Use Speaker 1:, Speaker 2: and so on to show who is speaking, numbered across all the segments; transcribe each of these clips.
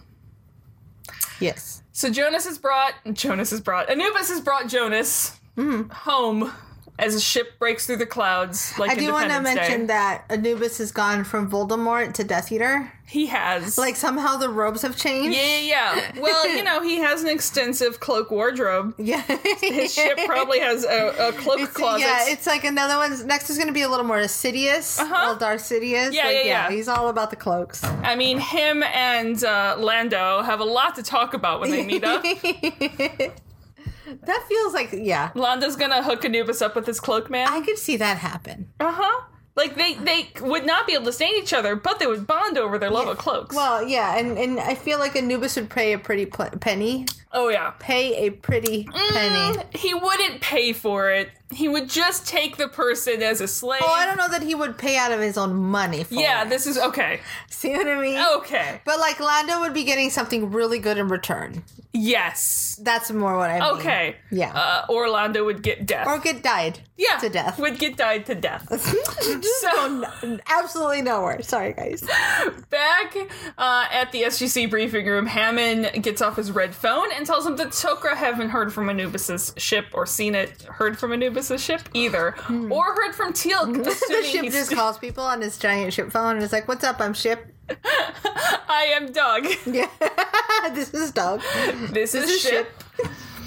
Speaker 1: Yes.
Speaker 2: So Jonas is brought. Jonas is brought. Anubis has brought Jonas
Speaker 1: Hmm.
Speaker 2: home as a ship breaks through the clouds. Like
Speaker 1: I do want to
Speaker 2: Independence Day.
Speaker 1: mention that Anubis has gone from Voldemort to Death Eater.
Speaker 2: he has
Speaker 1: Like somehow the robes have changed.
Speaker 2: yeah yeah. yeah. Well, you know he has an extensive cloak wardrobe.
Speaker 1: Yeah.
Speaker 2: His ship probably has a, a cloak
Speaker 1: It's,
Speaker 2: closet.
Speaker 1: yeah, it's like another one's next is going to be a little more Sidious,
Speaker 2: Uh-huh.
Speaker 1: all Darth Sidious.
Speaker 2: Yeah,
Speaker 1: like,
Speaker 2: yeah, yeah.
Speaker 1: He's all about the cloaks.
Speaker 2: I mean, him and uh, Lando have a lot to talk about when they meet up.
Speaker 1: that feels like yeah.
Speaker 2: Lando's gonna hook Anubis up with his cloak man.
Speaker 1: I could see that happen.
Speaker 2: Uh huh. Like they they would not be able to stand each other, but they would bond over their love of cloaks.
Speaker 1: Well, yeah, and, and I feel like Anubis would pay a pretty pl- penny.
Speaker 2: oh yeah.
Speaker 1: Pay a pretty
Speaker 2: Mm,
Speaker 1: penny.
Speaker 2: He wouldn't pay for it. He would just take the person as a slave.
Speaker 1: Oh, I don't know that he would pay out of his own money for
Speaker 2: yeah, Oh.
Speaker 1: it.
Speaker 2: this is okay.
Speaker 1: See what I mean?
Speaker 2: Okay.
Speaker 1: But like Lando would be getting something really good in return.
Speaker 2: Yes.
Speaker 1: That's more what I mean.
Speaker 2: Okay.
Speaker 1: Yeah.
Speaker 2: Uh, Orlando would get death.
Speaker 1: Or get died.
Speaker 2: yeah.
Speaker 1: To death.
Speaker 2: Would get died to death.
Speaker 1: so absolutely nowhere. Sorry guys.
Speaker 2: Back uh, at the SGC briefing room, Hammond gets off his red phone and tells him that Sokra haven't heard from Anubis's ship or seen it heard from Anubis's ship either, or heard from Teal'c.
Speaker 1: Hmm. the
Speaker 2: assuming
Speaker 1: ship
Speaker 2: he's-
Speaker 1: just calls people on his giant ship phone and is like, What's up, I'm ship?
Speaker 2: I am Doug.
Speaker 1: Yeah. this is Doug.
Speaker 2: This, is,
Speaker 1: is
Speaker 2: ship.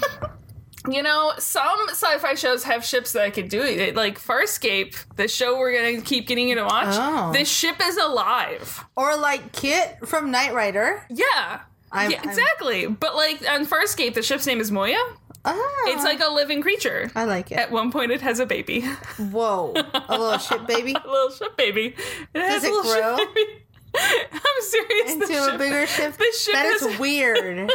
Speaker 2: you know, some sci-fi shows have ships that can do it. Like Farscape, the show we're gonna keep getting you to watch.
Speaker 1: Oh.
Speaker 2: This ship is alive.
Speaker 1: Or like Kit from Knight Rider.
Speaker 2: Yeah.
Speaker 1: I'm-
Speaker 2: yeah,
Speaker 1: I'm-
Speaker 2: exactly. But like on Farscape, the ship's name is Moya.
Speaker 1: Ah,
Speaker 2: It's like a living creature.
Speaker 1: I like it.
Speaker 2: At one point, it has a baby,
Speaker 1: Whoa. A little ship baby.
Speaker 2: a little ship baby. It has
Speaker 1: it
Speaker 2: a little
Speaker 1: grow?
Speaker 2: ship baby. I'm serious. the
Speaker 1: Into a
Speaker 2: ship-
Speaker 1: bigger ship.
Speaker 2: The ship
Speaker 1: that
Speaker 2: is,
Speaker 1: is weird.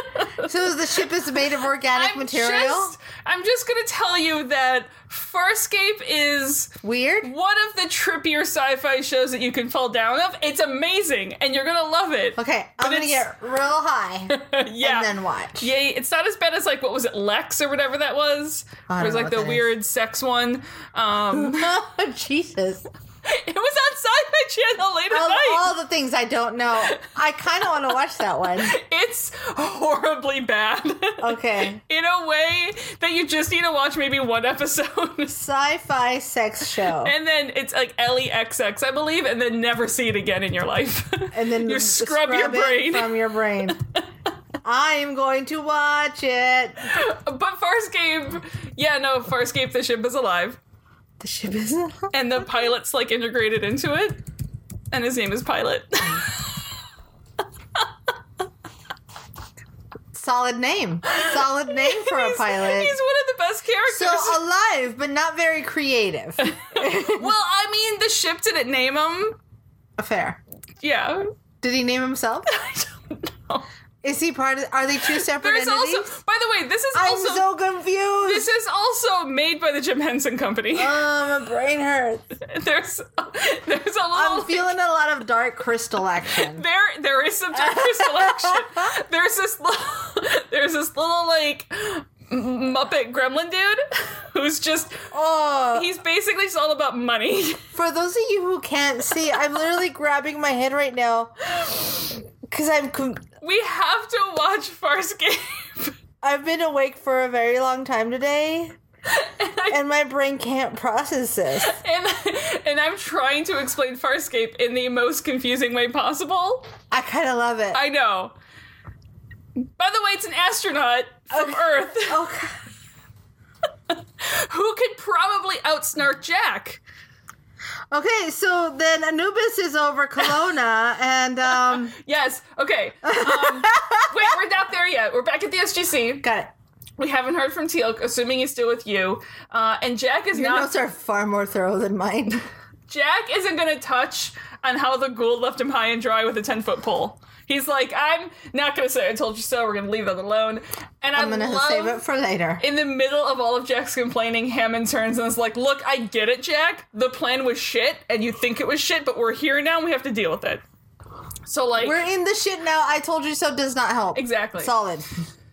Speaker 1: so the ship is made of organic
Speaker 2: I'm
Speaker 1: material.
Speaker 2: Just, I'm just gonna tell you that Farscape is
Speaker 1: Weird.
Speaker 2: one of the trippier sci-fi shows that you can fall down of. It's amazing, and you're gonna love it.
Speaker 1: Okay,
Speaker 2: But
Speaker 1: I'm gonna
Speaker 2: it's-
Speaker 1: get real high
Speaker 2: yeah.
Speaker 1: and then watch.
Speaker 2: Yay! It's not as bad as like what was it, Lex or whatever that was.
Speaker 1: I
Speaker 2: It was
Speaker 1: don't know
Speaker 2: like
Speaker 1: what
Speaker 2: the
Speaker 1: that
Speaker 2: weird sex one. Um,
Speaker 1: Oh, Jesus.
Speaker 2: it was on Sci-Fi Channel late at
Speaker 1: Of
Speaker 2: night.
Speaker 1: all the things I don't know, I kind of want to watch that one.
Speaker 2: It's horribly bad.
Speaker 1: Okay.
Speaker 2: In a way that you just need to watch maybe one episode.
Speaker 1: Sci-fi sex show.
Speaker 2: And then it's like LEXX, I believe, and then never see it again in your life.
Speaker 1: and then
Speaker 2: you
Speaker 1: s-
Speaker 2: scrub, your
Speaker 1: it
Speaker 2: brain.
Speaker 1: from your brain. I am going to watch it.
Speaker 2: But Farscape, yeah, no, Farscape, the ship is alive.
Speaker 1: The ship is
Speaker 2: And the pilot's like integrated into it. And his name is Pilot.
Speaker 1: solid name. Solid name for a
Speaker 2: He's-
Speaker 1: pilot.
Speaker 2: He's one of the best characters.
Speaker 1: so uh, alive, but not very creative.
Speaker 2: well, I mean, the ship didn't name him.
Speaker 1: Fair.
Speaker 2: Yeah.
Speaker 1: Did he name himself?
Speaker 2: I don't know.
Speaker 1: Is he part of? Are they two separate
Speaker 2: There's
Speaker 1: entities?
Speaker 2: also, by the way, this is
Speaker 1: I'm
Speaker 2: also
Speaker 1: so confused.
Speaker 2: this is also made by the Jim Henson Company.
Speaker 1: Oh, my brain hurts.
Speaker 2: there's there's a
Speaker 1: I'm
Speaker 2: little
Speaker 1: feeling a lot of dark crystal action.
Speaker 2: there there is some type of selection. There's this little, there's this little like Muppet Gremlin dude who's just
Speaker 1: Oh,
Speaker 2: he's basically just all about money.
Speaker 1: for those of you who can't see, I'm literally grabbing my head right now because I'm com-
Speaker 2: We have to watch Farscape.
Speaker 1: I've been awake for a very long time today,
Speaker 2: And, I,
Speaker 1: and my brain can't process this.
Speaker 2: and, and I'm trying to explain Farscape in the most confusing way possible.
Speaker 1: I kind of love it.
Speaker 2: I know. By the way, it's an astronaut from
Speaker 1: Okay.
Speaker 2: Earth
Speaker 1: okay.
Speaker 2: who could probably outsnark Jack.
Speaker 1: okay, so then Anubis is over Kelowna, and um,
Speaker 2: Yes. Okay. Um, wait, we're not there yet. We're back at the SGC.
Speaker 1: got it.
Speaker 2: We haven't heard from Teal'c, assuming he's still with you. Uh, and Jack is
Speaker 1: Your
Speaker 2: not.
Speaker 1: notes are far more thorough than mine.
Speaker 2: Jack isn't going to touch on how the ghoul left him high and dry with a ten foot pole. He's like, I'm not going to say I told you so. We're going to leave that alone. And I
Speaker 1: I'm gonna
Speaker 2: love.
Speaker 1: save it for later.
Speaker 2: in the middle of all of Jack's complaining, Hammond turns and is like, Look, I get it, Jack. The plan was shit, and you think it was shit, but we're here now and we have to deal with it. So, like,
Speaker 1: We're in the shit now. I told you so does not help.
Speaker 2: Exactly.
Speaker 1: Solid.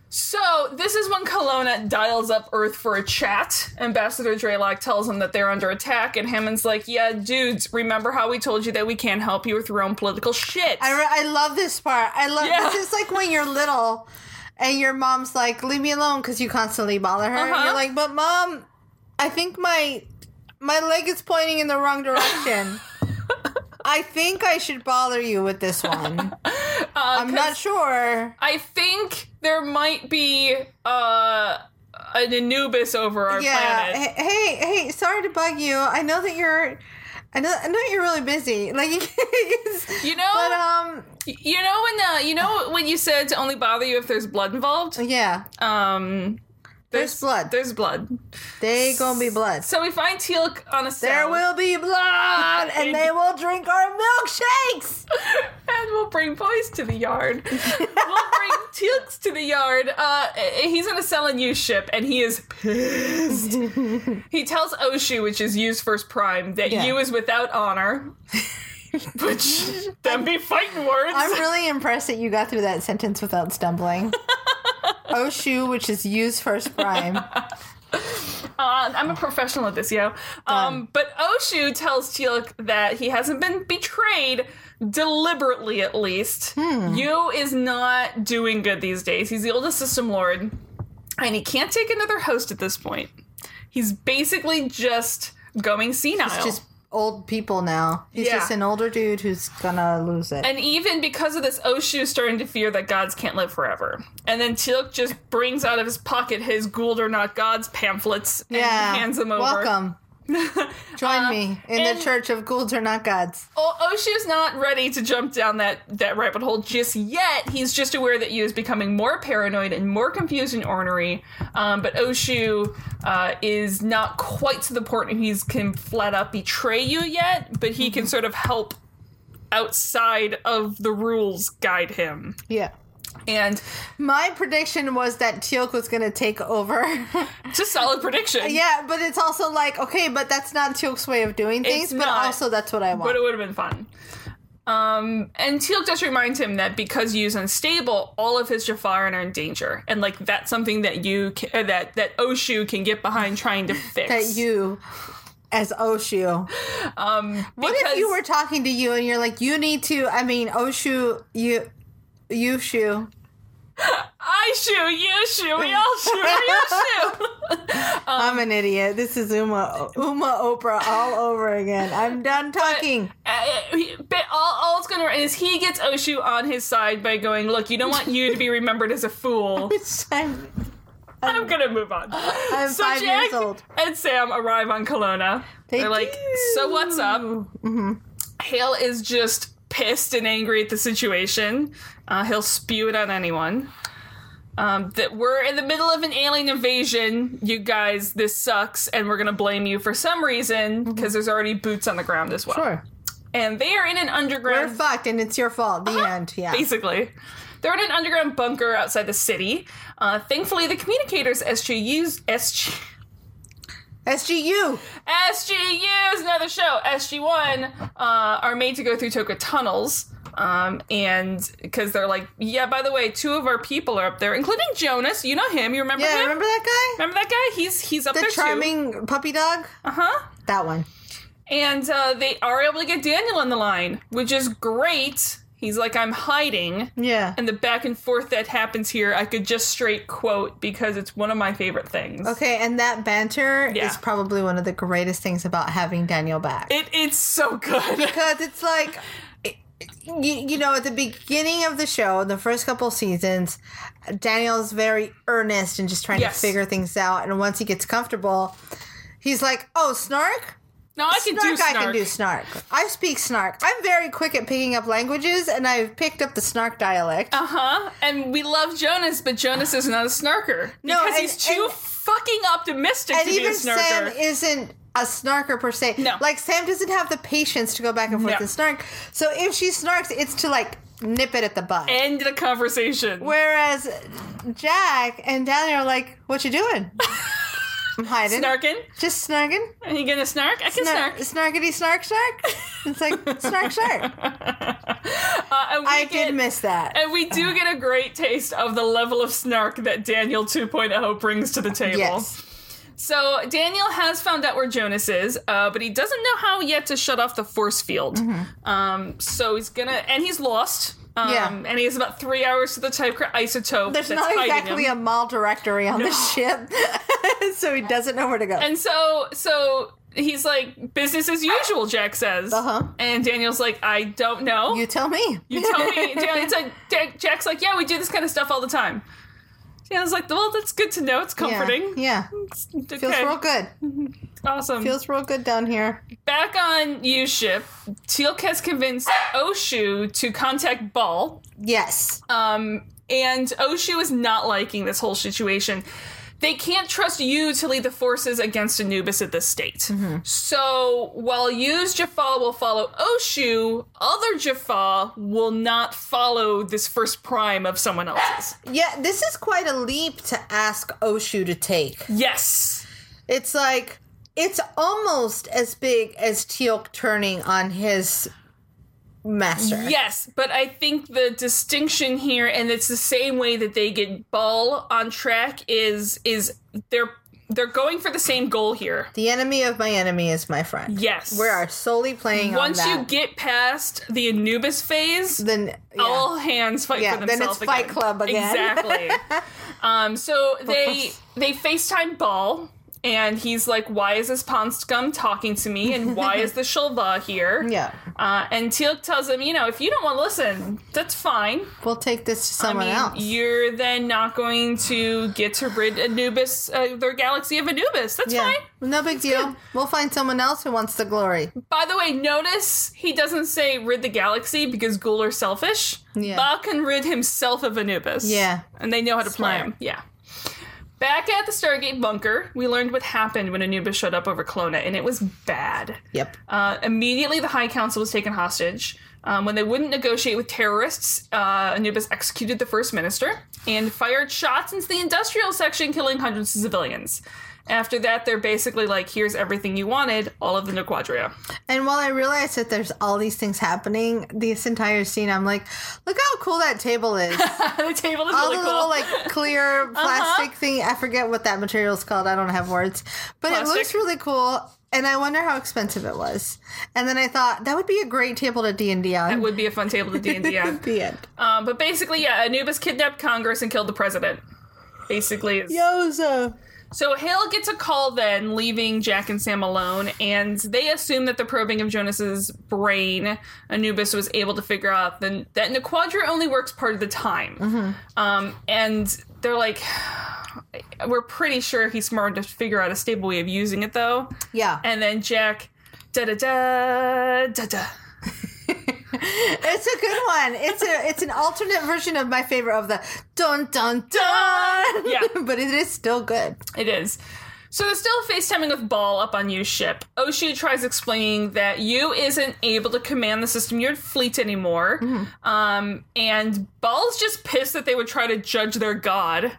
Speaker 2: So this is when Kelowna dials up Earth for a chat. Ambassador Draylock tells him that they're under attack, and Hammond's like, "Yeah, dudes, remember how we told you that we can't help you with your own political shit?"
Speaker 1: I, re- I love this part. I love
Speaker 2: Yeah.
Speaker 1: this is like when you're little and your mom's like, "Leave me alone," because you constantly bother her. And
Speaker 2: Uh-huh.
Speaker 1: you're like, "But mom, I think my my leg is pointing in the wrong direction. I think I should bother you with this one.
Speaker 2: Uh,
Speaker 1: I'm not sure."
Speaker 2: I think there might be uh, an Anubis over our
Speaker 1: Yeah.
Speaker 2: planet.
Speaker 1: Hey, hey, hey, sorry to bug you. I know that you're. I know, I know you're really busy. Like, it's-
Speaker 2: You know,
Speaker 1: but um,
Speaker 2: you know when uh, you know when you said to only bother you if there's blood involved.
Speaker 1: Oh, yeah,
Speaker 2: Um,
Speaker 1: There's blood.
Speaker 2: There's blood.
Speaker 1: they gonna be blood.
Speaker 2: So we find Teal'c on a cell.
Speaker 1: There will be blood, and they will drink our milkshakes.
Speaker 2: and we'll bring boys to the yard. we'll bring Teal'c to the yard. Uh, he's in a cell and use ship, and he is pissed. he tells Oshu, which is Yu's first prime, that
Speaker 1: Yeah.
Speaker 2: Yu is without honor. which them be fighting words.
Speaker 1: I'm really impressed that you got through that sentence without stumbling. Oshu, which is Yu's first prime.
Speaker 2: Uh, I'm a professional at this, yo. Um, but Oshu tells Teal'c that he hasn't been betrayed deliberately, at least.
Speaker 1: Hmm.
Speaker 2: Yu is not doing good these days. He's the oldest system lord, and he can't take another host at this point. He's basically just going senile.
Speaker 1: It's just old people now. He's
Speaker 2: Yeah.
Speaker 1: just an older dude who's gonna lose it.
Speaker 2: and even because of this, Oshu is starting to fear that gods can't live forever. And then Teal'c just brings out of his pocket his Gould or Not Gods pamphlets and
Speaker 1: yeah.
Speaker 2: hands them over. Uh,
Speaker 1: Welcome. Join me in
Speaker 2: and-
Speaker 1: the church of ghouls are not gods.
Speaker 2: O- Oshu's not ready to jump down that, that rabbit hole just yet. He's just aware that Yu is becoming more paranoid and more confused and ornery. Um, but Oshu uh, is not quite to the point where he's can flat out betray you yet, but he can sort of help outside of the rules guide him.
Speaker 1: Yeah.
Speaker 2: And
Speaker 1: My prediction was that Teal'c was gonna take over.
Speaker 2: it's a solid prediction.
Speaker 1: yeah, but it's also like, okay, but that's not Teal'c's way of doing things, but
Speaker 2: not.
Speaker 1: also that's what I want.
Speaker 2: But it would have been fun. Um, and Teal'c just reminds him that because Yu's unstable, all of his Jafaran are in danger, and like that's something that you ca- uh, that that Oshu can get behind trying to fix. Um,
Speaker 1: that you as Oshu. What if you were talking to you and you're like, you need to? I mean, Oshu, you,
Speaker 2: Um,
Speaker 1: Yushu.
Speaker 2: I shoe, you shoe, we all shoe, we all shoe.
Speaker 1: I'm an idiot. This is Uma, Uma Oprah all over again. I'm done talking.
Speaker 2: Uh, he- but all, all it's gonna is he gets Oshu on his side by going, look, you don't want you to be remembered as a fool.
Speaker 1: I'm,
Speaker 2: I'm gonna move on.
Speaker 1: I'm
Speaker 2: so
Speaker 1: five
Speaker 2: Jack
Speaker 1: years old.
Speaker 2: and Sam arrive on Kelowna.
Speaker 1: They
Speaker 2: are like,
Speaker 1: do. Mm-hmm.
Speaker 2: so what's up? Hale is just pissed and angry at the situation. Uh, he'll spew it on anyone. Um, that we're in the middle of an alien invasion, you guys. This sucks, and we're gonna blame you for some reason because there's already boots on the ground as well.
Speaker 1: Mm-hmm. Sure.
Speaker 2: And they are in an
Speaker 1: We're
Speaker 2: underground
Speaker 1: fucked, and it's your fault. The
Speaker 2: Uh-huh.
Speaker 1: end. Yeah.
Speaker 2: basically. They're in an underground bunker outside the city. Uh, thankfully, the communicators SGU's SG,
Speaker 1: SGU.
Speaker 2: SGU is another show. SG1 uh, are made to go through Toka tunnels. Um, and because they're like, yeah, by the way, two of our people are up there, including Jonas. You know him. You remember
Speaker 1: Yeah,
Speaker 2: him?
Speaker 1: remember that guy?
Speaker 2: Remember that guy? He's he's up
Speaker 1: The
Speaker 2: there too.
Speaker 1: charming puppy dog.
Speaker 2: Uh huh.
Speaker 1: That one.
Speaker 2: And uh, they are able to get Daniel on the line, which is great. He's like, I'm hiding.
Speaker 1: Yeah.
Speaker 2: and the back and forth that happens here, I could just straight quote because it's one of my favorite things.
Speaker 1: Okay, and that banter
Speaker 2: Yeah.
Speaker 1: is probably one of the greatest things about having Daniel back.
Speaker 2: It, it's so good.
Speaker 1: because it's like you, you know at the beginning of the show the first couple seasons daniel's very earnest and just trying
Speaker 2: Yes.
Speaker 1: to figure things out and once he gets comfortable he's like oh snark
Speaker 2: No, I can do
Speaker 1: snark i
Speaker 2: snark.
Speaker 1: can do snark i speak snark i'm very quick at picking up languages and i've picked up the snark dialect
Speaker 2: Uh huh. And we love Jonas, but Jonas is not a snarker because
Speaker 1: No, and-
Speaker 2: he's too
Speaker 1: and-
Speaker 2: fucking optimistic
Speaker 1: and
Speaker 2: to be a
Speaker 1: even sam
Speaker 2: snarker.
Speaker 1: isn't a snarker per se
Speaker 2: No.
Speaker 1: like sam doesn't have the patience to go back and forth
Speaker 2: No.
Speaker 1: and snark so if she snarks it's to like nip it at the bud
Speaker 2: End the conversation.
Speaker 1: Whereas Jack and Daniel are like, "What you doing? I'm hiding.
Speaker 2: Snarking?
Speaker 1: Just snarking.
Speaker 2: Are you gonna snark? I can
Speaker 1: Snar-
Speaker 2: snark.
Speaker 1: snarkety snark snark." It's like snark snark.
Speaker 2: Uh, and we
Speaker 1: I
Speaker 2: get-
Speaker 1: did miss that.
Speaker 2: And we do get a great taste of the level of snark that Daniel 2.0 brings to the table.
Speaker 1: Yes.
Speaker 2: So Daniel has found out where Jonas is, uh, but he doesn't know how yet to shut off the force field. Um, so he's gonna, and he's lost. Um,
Speaker 1: Mm-hmm. Yeah.
Speaker 2: And he has about three hours to the type isotope.
Speaker 1: There's
Speaker 2: that's
Speaker 1: not
Speaker 2: hiding
Speaker 1: exactly
Speaker 2: him.
Speaker 1: a mall directory on the ship, so he doesn't know where to go.
Speaker 2: And so, so he's like, business as usual, Jack says.
Speaker 1: Uh-huh.
Speaker 2: And Daniel's like, I don't know.
Speaker 1: you tell me.
Speaker 2: You tell me. Dan, it's like, Dan- Jack's like, yeah, we do this kind of stuff all the time. Daniel's like, well, that's good to know. It's comforting.
Speaker 1: Yeah. yeah.
Speaker 2: It's- okay.
Speaker 1: Feels real good.
Speaker 2: Awesome.
Speaker 1: Feels real good down here.
Speaker 2: Back on U ship, Teal'c has convinced Oshu to contact Ball,
Speaker 1: Yes.
Speaker 2: um, and Oshu is not liking this whole situation. They can't trust you to lead the forces against Anubis at this state. So while Yu's Jaffa will follow Oshu, other Jaffa will not follow this first prime of someone else's.
Speaker 1: Yeah, this is quite a leap to ask Oshu to take.
Speaker 2: Yes.
Speaker 1: It's like it's almost as big as Teal'c turning on his master.
Speaker 2: Yes, but I think the distinction here, and it's the same way that they get Ball on track, is is they're they're going for the same goal here.
Speaker 1: The enemy of my enemy is my friend.
Speaker 2: Yes.
Speaker 1: We are solely playing
Speaker 2: Once
Speaker 1: on that.
Speaker 2: you get past the Anubis phase,
Speaker 1: then yeah.
Speaker 2: all hands fight
Speaker 1: Yeah,
Speaker 2: for
Speaker 1: then it's
Speaker 2: themselves.
Speaker 1: Fight
Speaker 2: again.
Speaker 1: Club again.
Speaker 2: Exactly. um, so they they FaceTime Ball, and he's like, "Why is this Ponscum talking to me? And why is the Shulva here?"
Speaker 1: yeah.
Speaker 2: Uh, and Teal'c tells him, "You know, if you don't want to listen, that's fine.
Speaker 1: We'll take this to
Speaker 2: I
Speaker 1: someone
Speaker 2: mean,
Speaker 1: else.
Speaker 2: you're then not going to get to rid Anubis, uh, their galaxy of Anubis. That's
Speaker 1: yeah.
Speaker 2: fine."
Speaker 1: No big deal. We'll find someone else who wants the glory.
Speaker 2: By the way, notice he doesn't say rid the galaxy because Ghoul are selfish.
Speaker 1: Yeah.
Speaker 2: Ba can rid himself of Anubis.
Speaker 1: Yeah.
Speaker 2: And they know how to play
Speaker 1: Smart.
Speaker 2: him. Yeah. Back at the Stargate bunker, we learned what happened when Anubis showed up over Kelowna, and it was bad.
Speaker 1: Yep.
Speaker 2: Uh, immediately, the High Council was taken hostage. Um, when they wouldn't negotiate with terrorists, uh, Anubis executed the First Minister and fired shots into the industrial section, killing hundreds of civilians. After that, they're basically like, here's everything you wanted, all of the Nequadria.
Speaker 1: And while I realize that there's all these things happening, this entire scene, I'm like, look how cool that table is.
Speaker 2: the table is
Speaker 1: all
Speaker 2: really
Speaker 1: the
Speaker 2: cool. Uh-huh.
Speaker 1: little like clear plastic thing. I forget what that material is called. I don't have words, but it looks
Speaker 2: Plastic.
Speaker 1: really cool. And I wonder how expensive it was. And then I thought that would be a great table to D and D on.
Speaker 2: it would be a fun table to D and D on.
Speaker 1: The end.
Speaker 2: Um, but basically, yeah, Anubis kidnapped Congress and killed the president. Basically, is-
Speaker 1: Yoza.
Speaker 2: so Hale gets a call then, leaving Jack and Sam alone, and they assume that the probing of Jonas's brain, Anubis was able to figure out the, that Nequadra only works part of the time, um, and they're like, we're pretty sure he's smart enough to figure out a stable way of using it though,
Speaker 1: Yeah,
Speaker 2: and then Jack, da da da da da.
Speaker 1: it's a good one. It's a it's an alternate version of my favorite of the dun dun dun.
Speaker 2: Yeah.
Speaker 1: but it is still good.
Speaker 2: It is. So they're still FaceTiming with Ball up on Yu's ship. Oshu tries explaining that Yu isn't able to command the system your fleet anymore.
Speaker 1: Mm-hmm.
Speaker 2: Um, and Ball's just pissed that they would try to judge their god.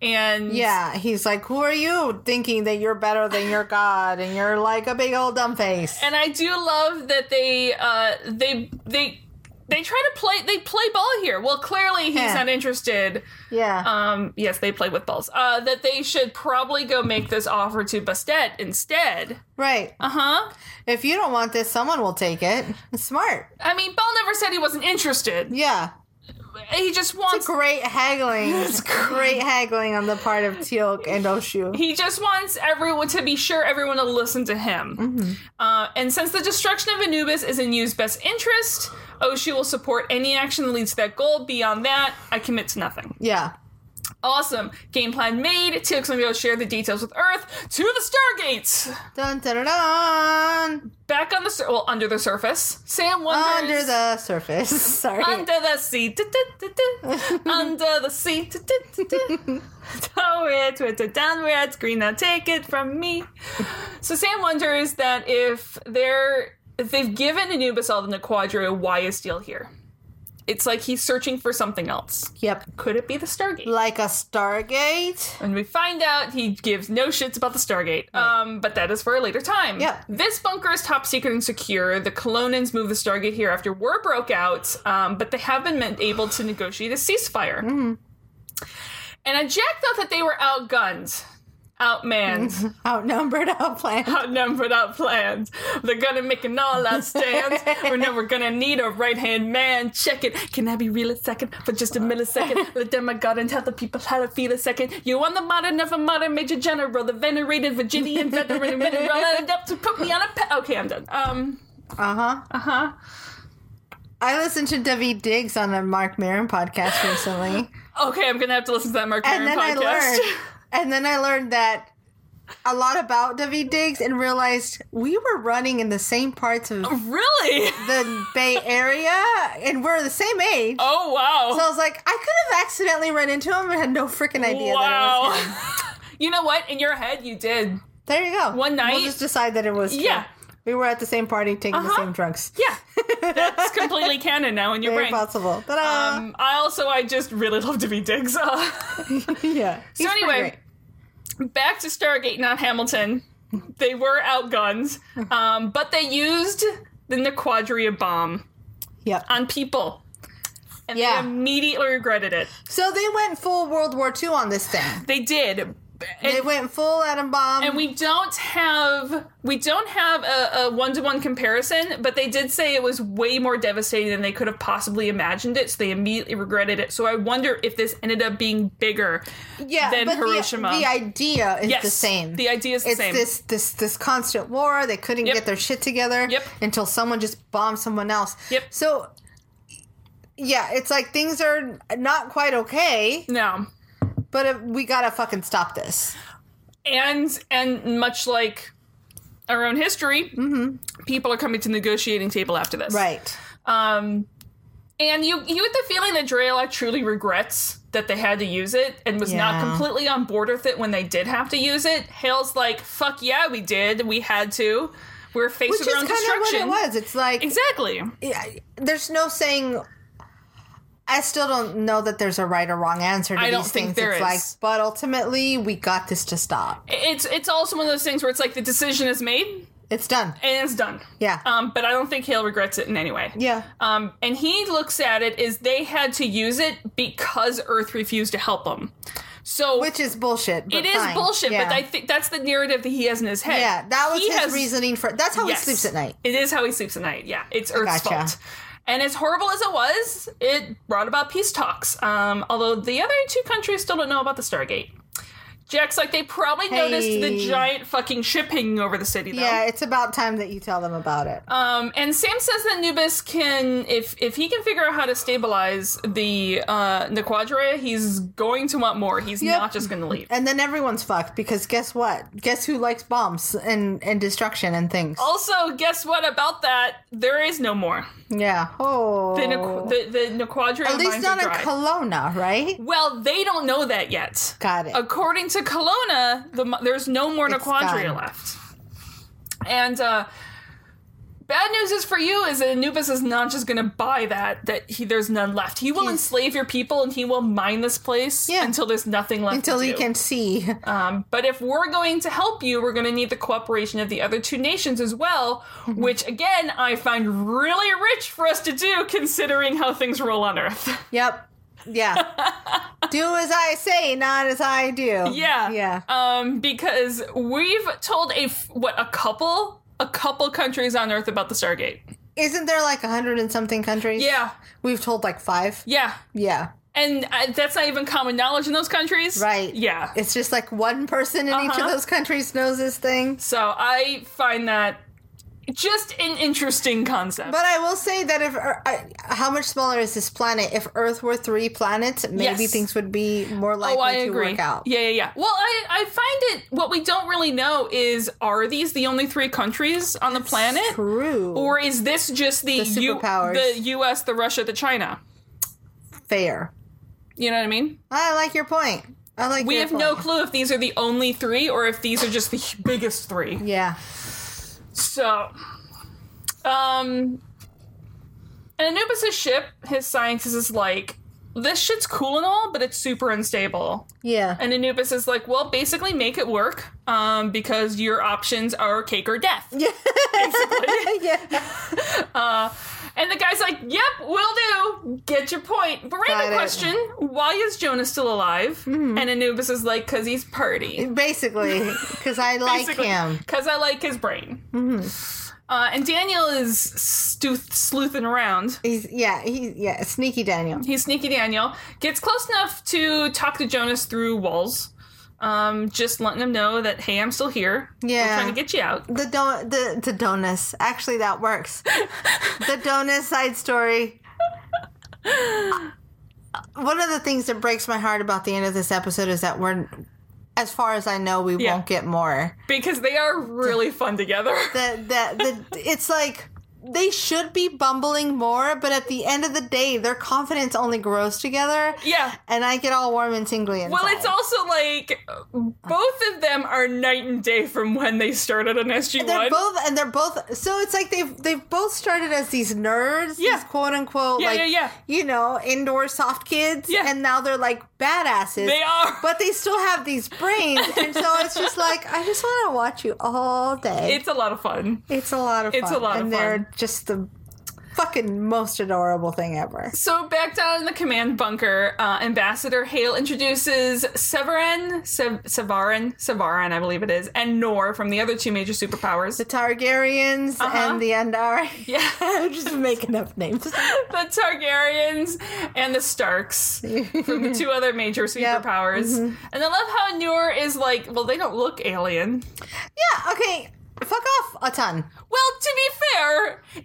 Speaker 2: And
Speaker 1: Yeah, he's like, who are you thinking that you're better than your god and you're like a big old dumb face?
Speaker 2: and I do love that they uh, they they they try to play they play ball here. Well, clearly he's
Speaker 1: Yeah.
Speaker 2: not interested.
Speaker 1: Yeah.
Speaker 2: Um, yes, they play with balls. Uh, that they should probably go make this offer to Bastet instead.
Speaker 1: right.
Speaker 2: Uh huh.
Speaker 1: If you don't want this, someone will take it. It's smart.
Speaker 2: I mean, Bell never said he wasn't interested.
Speaker 1: Yeah.
Speaker 2: He just wants
Speaker 1: Great haggling. great haggling on the part of Teal'c and Oshu.
Speaker 2: he just wants everyone to be sure everyone will listen to him.
Speaker 1: Mm-hmm.
Speaker 2: Uh, and since the destruction of Anubis is in Yu's best interest, Oshu will support any action that leads to that goal. Beyond that, I commit to nothing.
Speaker 1: Yeah.
Speaker 2: Awesome game plan made. Teal'c's gonna be able to share the details with Earth to the Stargates.
Speaker 1: Dun dun dun. dun.
Speaker 2: Back on the sur- well under the surface, Sam wonders
Speaker 1: Under the surface. Sorry.
Speaker 2: Under the sea, du- du- du- du. under the sea, du- du- du- du. Downward, twitter downwards, green now take it from me. So Sam wonders that if they're if they've given Anubis all the Nequadro, why is Steel here? It's like he's searching for something else.
Speaker 1: yep.
Speaker 2: Could it be the Stargate?
Speaker 1: Like a Stargate.
Speaker 2: And we find out he gives no shits about the Stargate. Um, but that is for a later time.
Speaker 1: Yep.
Speaker 2: This bunker is top secret and secure. The Colonians moved the Stargate here after war broke out, um, but they have been meant- able to negotiate a ceasefire. And uh, Jack thought that they were outgunned. outmanned,
Speaker 1: Outnumbered, outplanned.
Speaker 2: outnumbered, outplanned. They're gonna make an all-out stand. We're never gonna need a right-hand man. Check it. Can I be real a second for just a millisecond? Let them my god and tell the people how to feel a second. You on the modern of a modern major general, the venerated Virginian veteran, veteran up to put me on a pe- Okay, I'm done. Um,
Speaker 1: Uh huh.
Speaker 2: uh huh.
Speaker 1: I listened to David Diggs on a Mark Maron podcast recently,
Speaker 2: Okay, I'm gonna have to listen to that Mark
Speaker 1: and
Speaker 2: Maron
Speaker 1: then I
Speaker 2: podcast.
Speaker 1: learned, and then I learned that a lot about David Diggs and realized we were running in the same parts of
Speaker 2: Really?
Speaker 1: the Bay Area, and we're the same age.
Speaker 2: Oh wow.
Speaker 1: So I was like, I could have accidentally run into him and had no freaking idea. That it was him.
Speaker 2: you know what? In your head, you did.
Speaker 1: There you go.
Speaker 2: One night-
Speaker 1: we'll just decide that it was. True.
Speaker 2: Yeah.
Speaker 1: we were at the same party, taking the
Speaker 2: Uh-huh.
Speaker 1: same drugs.
Speaker 2: Yeah, that's completely canon now in your
Speaker 1: Very
Speaker 2: brain.
Speaker 1: possible. Ta-da.
Speaker 2: Um, I also I just really love to be Diggs. Uh,
Speaker 1: yeah. So
Speaker 2: anyway, back to Stargate, not Hamilton. They were outgunned, um, but they used the Nequadria bomb
Speaker 1: Yep.
Speaker 2: on people, and
Speaker 1: Yeah.
Speaker 2: they immediately regretted it.
Speaker 1: So they went full World War II on this thing.
Speaker 2: They did. And,
Speaker 1: They went full atom bomb.
Speaker 2: and we don't have we don't have a, a one-to-one comparison but they did say it was way more devastating than they could have possibly imagined it so they immediately regretted it so i wonder if this ended up being bigger
Speaker 1: yeah,
Speaker 2: then
Speaker 1: but the-
Speaker 2: Hiroshima.
Speaker 1: The, idea is
Speaker 2: yes
Speaker 1: the same.
Speaker 2: the idea is the
Speaker 1: it's
Speaker 2: same
Speaker 1: this this this constant war. They couldn't
Speaker 2: Yep.
Speaker 1: get their shit together
Speaker 2: Yep.
Speaker 1: until someone just bombed someone else.
Speaker 2: Yep.
Speaker 1: So yeah, it's like things are not quite okay,
Speaker 2: no
Speaker 1: but if- we gotta fucking stop this.
Speaker 2: and and much like our own history people are coming to the negotiating table after this
Speaker 1: Mm-hmm. Right.
Speaker 2: Um, and you you get the feeling that Drayla truly regrets that they had to use it and was not
Speaker 1: Yeah.
Speaker 2: completely on board with it when they did have to use it. Hale's like, "Fuck yeah, we did. We had to. We are faced
Speaker 1: Which
Speaker 2: with
Speaker 1: is
Speaker 2: our
Speaker 1: kind
Speaker 2: own
Speaker 1: of what
Speaker 2: destruction."
Speaker 1: it was. It's like
Speaker 2: Exactly.
Speaker 1: yeah, there's no saying. I still don't know that there's a right or wrong answer to
Speaker 2: I
Speaker 1: these
Speaker 2: don't think
Speaker 1: things.
Speaker 2: there
Speaker 1: it's
Speaker 2: is.
Speaker 1: like, but ultimately, we got this to stop.
Speaker 2: It's it's also one of those things where it's like the decision is made
Speaker 1: It's done.
Speaker 2: and it's done.
Speaker 1: Yeah.
Speaker 2: Um, but I don't think Hale regrets it in any way.
Speaker 1: yeah.
Speaker 2: Um, and he looks at it as they had to use it because Earth refused to help them. So
Speaker 1: Which is bullshit. but
Speaker 2: It is
Speaker 1: fine.
Speaker 2: bullshit,
Speaker 1: Yeah.
Speaker 2: but I think that's the narrative that he has in his head.
Speaker 1: Yeah, that was
Speaker 2: He
Speaker 1: his
Speaker 2: has-
Speaker 1: reasoning for. That's how
Speaker 2: Yes.
Speaker 1: he sleeps at night.
Speaker 2: It is how he sleeps at night. Yeah, it's Earth's
Speaker 1: Gotcha.
Speaker 2: fault. And as horrible as it was, it brought about peace talks. Um, although the other two countries still don't know about the Stargate. Jack's like they probably noticed the
Speaker 1: Hey.
Speaker 2: giant fucking ship hanging over the city. Though.
Speaker 1: Yeah, it's about time that you tell them about it.
Speaker 2: Um, and Sam says that Nubis can, if if he can figure out how to stabilize the uh, the Quadra, he's going to want more. He's
Speaker 1: Yep.
Speaker 2: not just going to leave.
Speaker 1: and then everyone's fucked because guess what? Guess who likes bombs and and destruction and things?
Speaker 2: Also, guess what about that? There is no more.
Speaker 1: yeah. Oh.
Speaker 2: The Nequ- the, the Nequadria
Speaker 1: At least
Speaker 2: mines
Speaker 1: not
Speaker 2: are dry.
Speaker 1: in Kelowna, right?
Speaker 2: well, they don't know that yet.
Speaker 1: Got it.
Speaker 2: According to Kelowna, the, mo- there's no more
Speaker 1: It's
Speaker 2: Nequadria
Speaker 1: gone.
Speaker 2: left. And uh, bad news is for you is that Anubis is not just going to buy that. That he, there's none left. He will
Speaker 1: He's-
Speaker 2: enslave your people and he will mine this place
Speaker 1: Yeah.
Speaker 2: until there's nothing left.
Speaker 1: Until
Speaker 2: to
Speaker 1: you
Speaker 2: do.
Speaker 1: can see.
Speaker 2: Um, but if we're going to help you, we're going to need the cooperation of the other two nations as well,
Speaker 1: Mm-hmm.
Speaker 2: which again I find really rich for us to do, considering how things roll on Earth.
Speaker 1: Yep. Yeah. do as I say, not as I do.
Speaker 2: yeah,
Speaker 1: Yeah.
Speaker 2: Um, because we've told a f- what a couple, a couple countries on Earth about the Stargate.
Speaker 1: Isn't there like a hundred and something countries?
Speaker 2: Yeah,
Speaker 1: We've told like five.
Speaker 2: yeah,
Speaker 1: Yeah.
Speaker 2: and uh, that's not even common knowledge in those countries,
Speaker 1: Right.
Speaker 2: Yeah.
Speaker 1: It's just like one person in each
Speaker 2: Uh-huh.
Speaker 1: of those countries knows this thing.
Speaker 2: so I find that just an interesting concept.
Speaker 1: But I will say that if Ear- I- how much smaller is this planet? If Earth were three planets, maybe
Speaker 2: Yes.
Speaker 1: things would be more likely
Speaker 2: Oh, I
Speaker 1: to
Speaker 2: agree.
Speaker 1: work out.
Speaker 2: Yeah, yeah, yeah. Well, I, I find it. What we don't really know is are these the only three countries on the planet,
Speaker 1: True.
Speaker 2: or is this just the,
Speaker 1: The
Speaker 2: U-
Speaker 1: superpowers.
Speaker 2: the U.S., the Russia, the China?
Speaker 1: fair.
Speaker 2: You know what I mean?
Speaker 1: I like your point. I like.
Speaker 2: We
Speaker 1: your
Speaker 2: have no
Speaker 1: point.
Speaker 2: clue if these are the only three or if these are just the biggest three.
Speaker 1: Yeah.
Speaker 2: So, um, and Anubis' ship, his scientist is like, this shit's cool and all, but it's super unstable.
Speaker 1: Yeah.
Speaker 2: And Anubis is like, well, basically make it work um, because your options are cake or death.
Speaker 1: yeah.
Speaker 2: And the guy's like, "Yep, will do. Get your point." But
Speaker 1: Got
Speaker 2: random
Speaker 1: it. Mm-hmm.
Speaker 2: question: Why is Jonas still alive? And Anubis is like, "Cause he's party.
Speaker 1: Basically, because I like him. Mm-hmm.
Speaker 2: Cause I like his brain." Uh, and Daniel is stu- sleuthing around.
Speaker 1: He's yeah, he's yeah, sneaky Daniel.
Speaker 2: He's sneaky Daniel. Gets close enough to talk to Jonas through walls, um, just letting him know that hey, I'm still here.
Speaker 1: Yeah.
Speaker 2: We're trying to get you out.
Speaker 1: The don the the donus. Actually, that works. the donus side story. Uh, One of the things that breaks my heart about the end of this episode is that we're, as far as I know, we
Speaker 2: Yeah.
Speaker 1: won't get more.
Speaker 2: Because they are really fun together.
Speaker 1: The the the it's like they should be bumbling more, but at the end of the day, their confidence only grows together.
Speaker 2: yeah.
Speaker 1: And I get all warm and tingly inside.
Speaker 2: Well, it's also like both of them are night and day from when they started on SG
Speaker 1: They're
Speaker 2: One.
Speaker 1: both, and they're both. So it's like they've they've both started as these nerds,
Speaker 2: Yeah.
Speaker 1: these quote unquote,
Speaker 2: Yeah,
Speaker 1: like
Speaker 2: yeah, yeah.
Speaker 1: you know, indoor soft kids,
Speaker 2: Yeah.
Speaker 1: and now they're like badasses.
Speaker 2: They are.
Speaker 1: but they still have these brains, and so it's just like I just want to watch you all day.
Speaker 2: It's a lot of fun.
Speaker 1: It's a lot of fun.
Speaker 2: it's a lot of
Speaker 1: and they're
Speaker 2: fun.
Speaker 1: just the fucking most adorable thing ever.
Speaker 2: So back down in the command bunker, uh, Ambassador Hale introduces Severin, Sev- Sevarin, Sevarin, I believe it is, and Nor from the other two major superpowers.
Speaker 1: The Targaryens and the Andari.
Speaker 2: Uh-huh. Yeah,
Speaker 1: I'm just making up names.
Speaker 2: the Targaryens and the Starks from the two other major superpowers.
Speaker 1: Mm-hmm.
Speaker 2: And I love how Nor is like, well, they don't look alien.
Speaker 1: Yeah, okay. Fuck off a ton.
Speaker 2: Well, to be fair, if you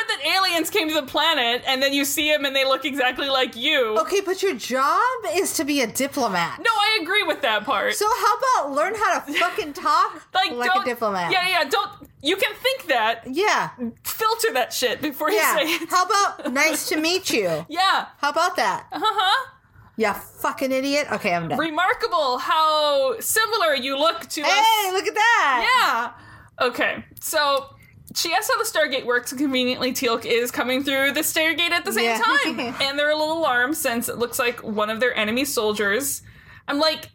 Speaker 2: heard that aliens came to the planet and then you see them and they look exactly like you,
Speaker 1: Okay, but your job is to be a diplomat.
Speaker 2: no, I agree with that part.
Speaker 1: So how about learn how to fucking talk like, a
Speaker 2: don't-
Speaker 1: diplomat?
Speaker 2: Yeah, yeah. Don't you can think that.
Speaker 1: yeah,
Speaker 2: Filter that shit before you
Speaker 1: yeah.
Speaker 2: say it.
Speaker 1: How about nice to meet you?
Speaker 2: Yeah. Uh-huh.
Speaker 1: How about that? Uh huh. Yeah, fucking idiot. Okay, I'm done.
Speaker 2: Remarkable how similar you look to
Speaker 1: hey,
Speaker 2: us.
Speaker 1: look at that.
Speaker 2: Yeah. Okay. So she asks how the Stargate works, and conveniently Teal'c is coming through the Stargate at the same
Speaker 1: Yeah.
Speaker 2: time, and they're a little alarmed since it looks like one of their enemy soldiers. I'm like,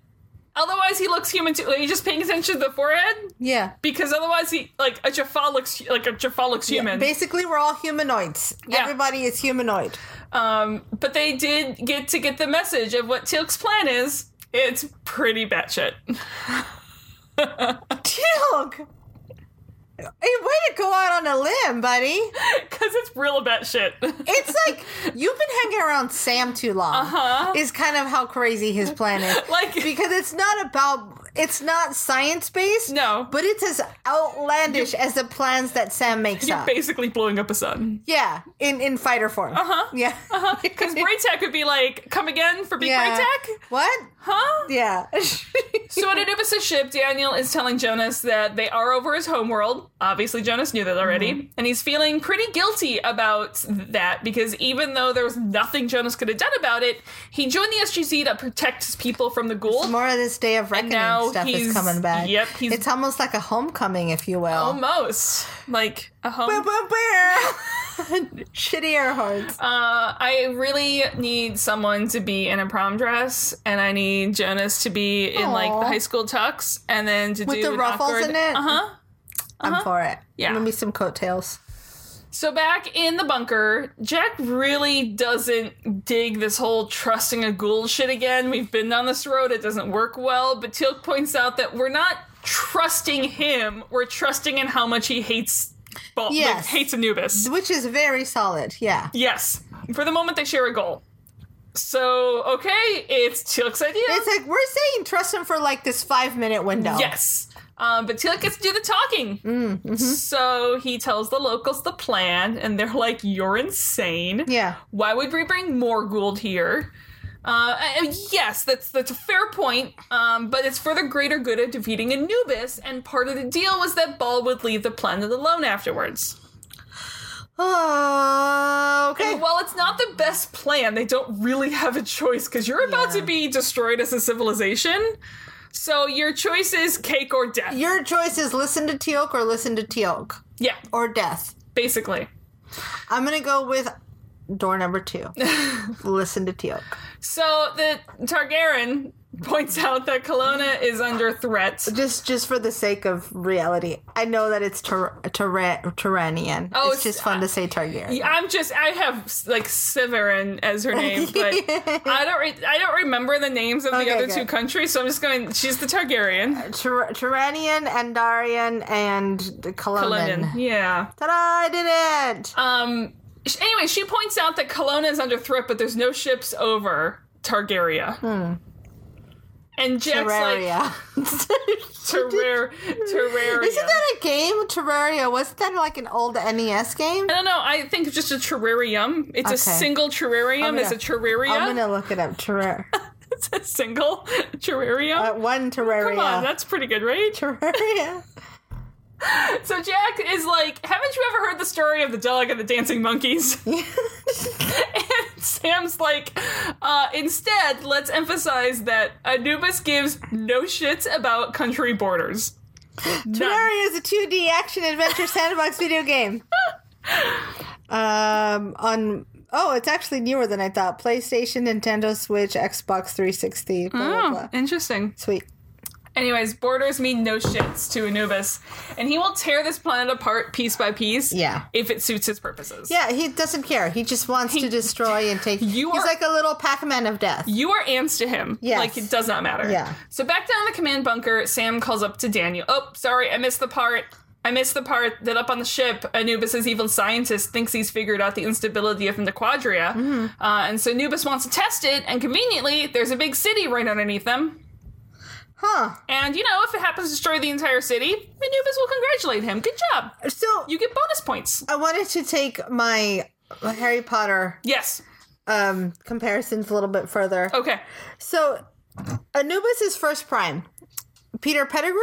Speaker 2: otherwise he looks human too. Are you just paying attention to the forehead?
Speaker 1: Yeah.
Speaker 2: Because otherwise he like a Jaffa looks like a Jaffa looks human.
Speaker 1: Basically, we're all humanoids.
Speaker 2: Yeah.
Speaker 1: Everybody is humanoid.
Speaker 2: Um, but they did get to get the message of what Teal'c's plan is. It's pretty batshit.
Speaker 1: Teal'c. Hey, way to go out on a limb, buddy.
Speaker 2: Because it's real batshit.
Speaker 1: It's like you've been hanging around Sam too long.
Speaker 2: Uh-huh.
Speaker 1: Is kind of how crazy his plan is.
Speaker 2: Like-
Speaker 1: because it's not about it's not science based.
Speaker 2: No.
Speaker 1: But it's as outlandish as the plans that Sam makes
Speaker 2: You're
Speaker 1: up.
Speaker 2: basically blowing up a sun.
Speaker 1: yeah, in in fighter form. Uh
Speaker 2: Uh-huh.
Speaker 1: huh. Yeah.
Speaker 2: Because Braytech would be like, come again for Big
Speaker 1: yeah.
Speaker 2: Braytech?
Speaker 1: What?
Speaker 2: Huh?
Speaker 1: Yeah.
Speaker 2: So at Anubis' ship, Daniel is telling Jonas that they are over his homeworld. Obviously, Jonas knew that already. And he's feeling pretty guilty about that because even though there was nothing Jonas could have done about it, he joined the SGC to protect his people from the ghouls.
Speaker 1: More of this day of reckoning
Speaker 2: now
Speaker 1: stuff is
Speaker 2: he's-
Speaker 1: coming back.
Speaker 2: yep, he's- Oh
Speaker 1: it's almost like a homecoming, if you will.
Speaker 2: Almost. Like a home.
Speaker 1: Boom, boom, boom. Shitty air horns.
Speaker 2: Uh, I really need someone to be in a prom dress, and I need Jonas to be in like
Speaker 1: Aw.
Speaker 2: the high school tux, and then to
Speaker 1: With
Speaker 2: do
Speaker 1: the
Speaker 2: an
Speaker 1: ruffles
Speaker 2: awkward-
Speaker 1: in it?
Speaker 2: Uh-huh.
Speaker 1: I'm for it.
Speaker 2: Yeah.
Speaker 1: Give me some coattails.
Speaker 2: So back in the bunker, Jack really doesn't dig this whole trusting a ghoul shit again. We've been down this road; it doesn't work well. But Teal'c points out that we're not trusting him; we're trusting in how much he hates. Bal-
Speaker 1: Yes.
Speaker 2: hates Anubis.
Speaker 1: Which is very solid. Yeah.
Speaker 2: Yes. For the moment, they share a goal. So, okay, it's Teal'c's idea.
Speaker 1: It's like we're saying trust him for like this five minute window.
Speaker 2: yes. Um, but Teal'c gets to do the talking.
Speaker 1: Mm, mm-hmm.
Speaker 2: So he tells the locals the plan, and they're like, You're insane.
Speaker 1: Yeah.
Speaker 2: Why would we bring more Gould here? Uh, and- and yes, that's that's a fair point, um, but it's for the greater good of defeating Anubis, and part of the deal was that Ball would leave the planet alone afterwards.
Speaker 1: Oh, okay.
Speaker 2: And while it's not the best plan, they don't really have a choice because you're about to
Speaker 1: Yeah.
Speaker 2: be destroyed as a civilization. So your choice is cake or death.
Speaker 1: Your choice is listen to Teal'c or listen to Teal'c
Speaker 2: yeah,
Speaker 1: or death.
Speaker 2: basically.
Speaker 1: I'm gonna go with door number two. listen to Teal'c.
Speaker 2: So the Targaryen points out that Kelowna is under threat.
Speaker 1: Just just for the sake of reality, I know that it's Tyr- Tyr- Tyranian.
Speaker 2: Oh,
Speaker 1: Oh, it's
Speaker 2: it's-
Speaker 1: just fun to say Targaryen.
Speaker 2: Yeah, I'm just I have like Severin as her name, but I don't re- I don't remember the names of the
Speaker 1: Okay,
Speaker 2: other
Speaker 1: good.
Speaker 2: two countries, so I'm just going. She's the Targaryen,
Speaker 1: Tyr- Tyranian, Andarian, and Colonan.
Speaker 2: Kelownan. Yeah.
Speaker 1: Ta-da! I did it.
Speaker 2: Um. sh- Anyway, she points out that Kelowna is under threat, but there's no ships over Targaria.
Speaker 1: Hmm.
Speaker 2: And Jack's like
Speaker 1: Terraria.
Speaker 2: Terrar- Terraria.
Speaker 1: Isn't that a game? Terraria. Wasn't that like an old NES game?
Speaker 2: I don't know. I think just a terrarium. It's a
Speaker 1: Okay.
Speaker 2: single terrarium.
Speaker 1: I'm
Speaker 2: it's a
Speaker 1: gonna-
Speaker 2: terraria.
Speaker 1: I'm gonna look it up. Terraria.
Speaker 2: it's a single terrarium.
Speaker 1: Uh, one Terraria.
Speaker 2: Come on, that's pretty good, right?
Speaker 1: Terraria.
Speaker 2: So Jack is like, haven't you ever heard the story of the dog and the dancing monkeys? and Sam's like, uh, instead, let's emphasize that Anubis gives no shits about country borders. None.
Speaker 1: Terraria is a 2D action adventure sandbox video game. Um, on oh, it's actually newer than I thought. PlayStation, Nintendo Switch, Xbox 360. Blah, blah,
Speaker 2: Oh,
Speaker 1: blah.
Speaker 2: interesting.
Speaker 1: Sweet.
Speaker 2: Anyways, borders mean no shits to Anubis, and he will tear this planet apart piece by piece.
Speaker 1: Yeah.
Speaker 2: if it suits his purposes.
Speaker 1: Yeah, he doesn't care. He just wants to destroy and take.
Speaker 2: You
Speaker 1: he's
Speaker 2: are-
Speaker 1: like a little Pac-Man of death.
Speaker 2: You are ants to him.
Speaker 1: Yes.
Speaker 2: Like, it does not matter.
Speaker 1: Yeah.
Speaker 2: So back down in the command bunker, Sam calls up to Daniel. Oh, sorry, I missed the part. I missed the part that up on the ship, Anubis' evil scientist thinks he's figured out the instability of the Quadria.
Speaker 1: Mm-hmm.
Speaker 2: Uh, and so Anubis wants to test it, and conveniently, there's a big city right underneath them.
Speaker 1: Huh.
Speaker 2: And, you know, if it happens to destroy the entire city, Anubis will congratulate him. Good job.
Speaker 1: So
Speaker 2: You get bonus points.
Speaker 1: I wanted to take my Harry Potter
Speaker 2: Yes.
Speaker 1: um comparisons a little bit further.
Speaker 2: Okay.
Speaker 1: So Anubis is first prime. Peter Pettigrew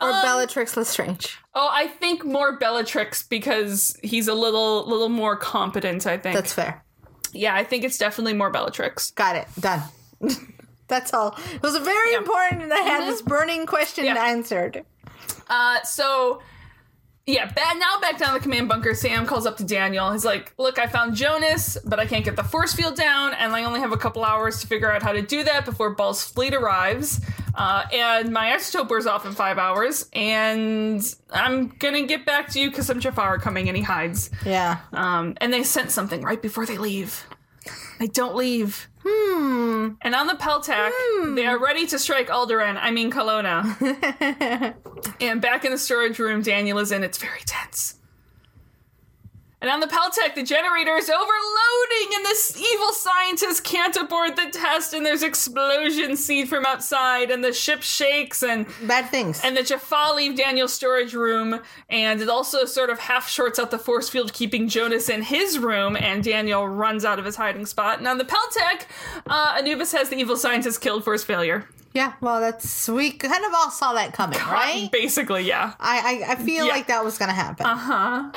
Speaker 1: or
Speaker 2: Um,
Speaker 1: Bellatrix Lestrange.
Speaker 2: Oh, I think more Bellatrix because he's a little little more competent, I think.
Speaker 1: That's fair.
Speaker 2: Yeah, I think it's definitely more Bellatrix.
Speaker 1: Got it. Done. That's all. It was very important that I had this burning question
Speaker 2: Mm-hmm. Yeah.
Speaker 1: answered.
Speaker 2: Uh, so, yeah, ba- now back down the command bunker, Sam calls up to Daniel. He's like, Look, I found Jonas, but I can't get the force field down, and I only have a couple hours to figure out how to do that before Ball's fleet arrives. Uh, and my isotope wears off in five hours, and I'm gonna get back to you because some Jafar are coming and he hides.
Speaker 1: Yeah.
Speaker 2: Um, and they sent something right before they leave. They don't leave. Hmm. And on the Peltac, they are ready to strike Alderaan. I mean Kelowna. and back in the storage room, Daniel is in. It's very tense. And on the Peltac, the generator is overloading, and this evil scientist can't abort the test. And there's explosions seen from outside, and the ship shakes, and
Speaker 1: Bad things.
Speaker 2: and the Jaffa leave Daniel's storage room, and it also sort of half shorts out the force field, keeping Jonas in his room, and Daniel runs out of his hiding spot. And on the Peltec, uh, Anubis has the evil scientist killed for his failure.
Speaker 1: yeah. Well, that's we kind of all saw that coming, right?
Speaker 2: Uh, Basically, yeah.
Speaker 1: I I, I feel
Speaker 2: Yeah. Uh-huh.
Speaker 1: like that was gonna happen.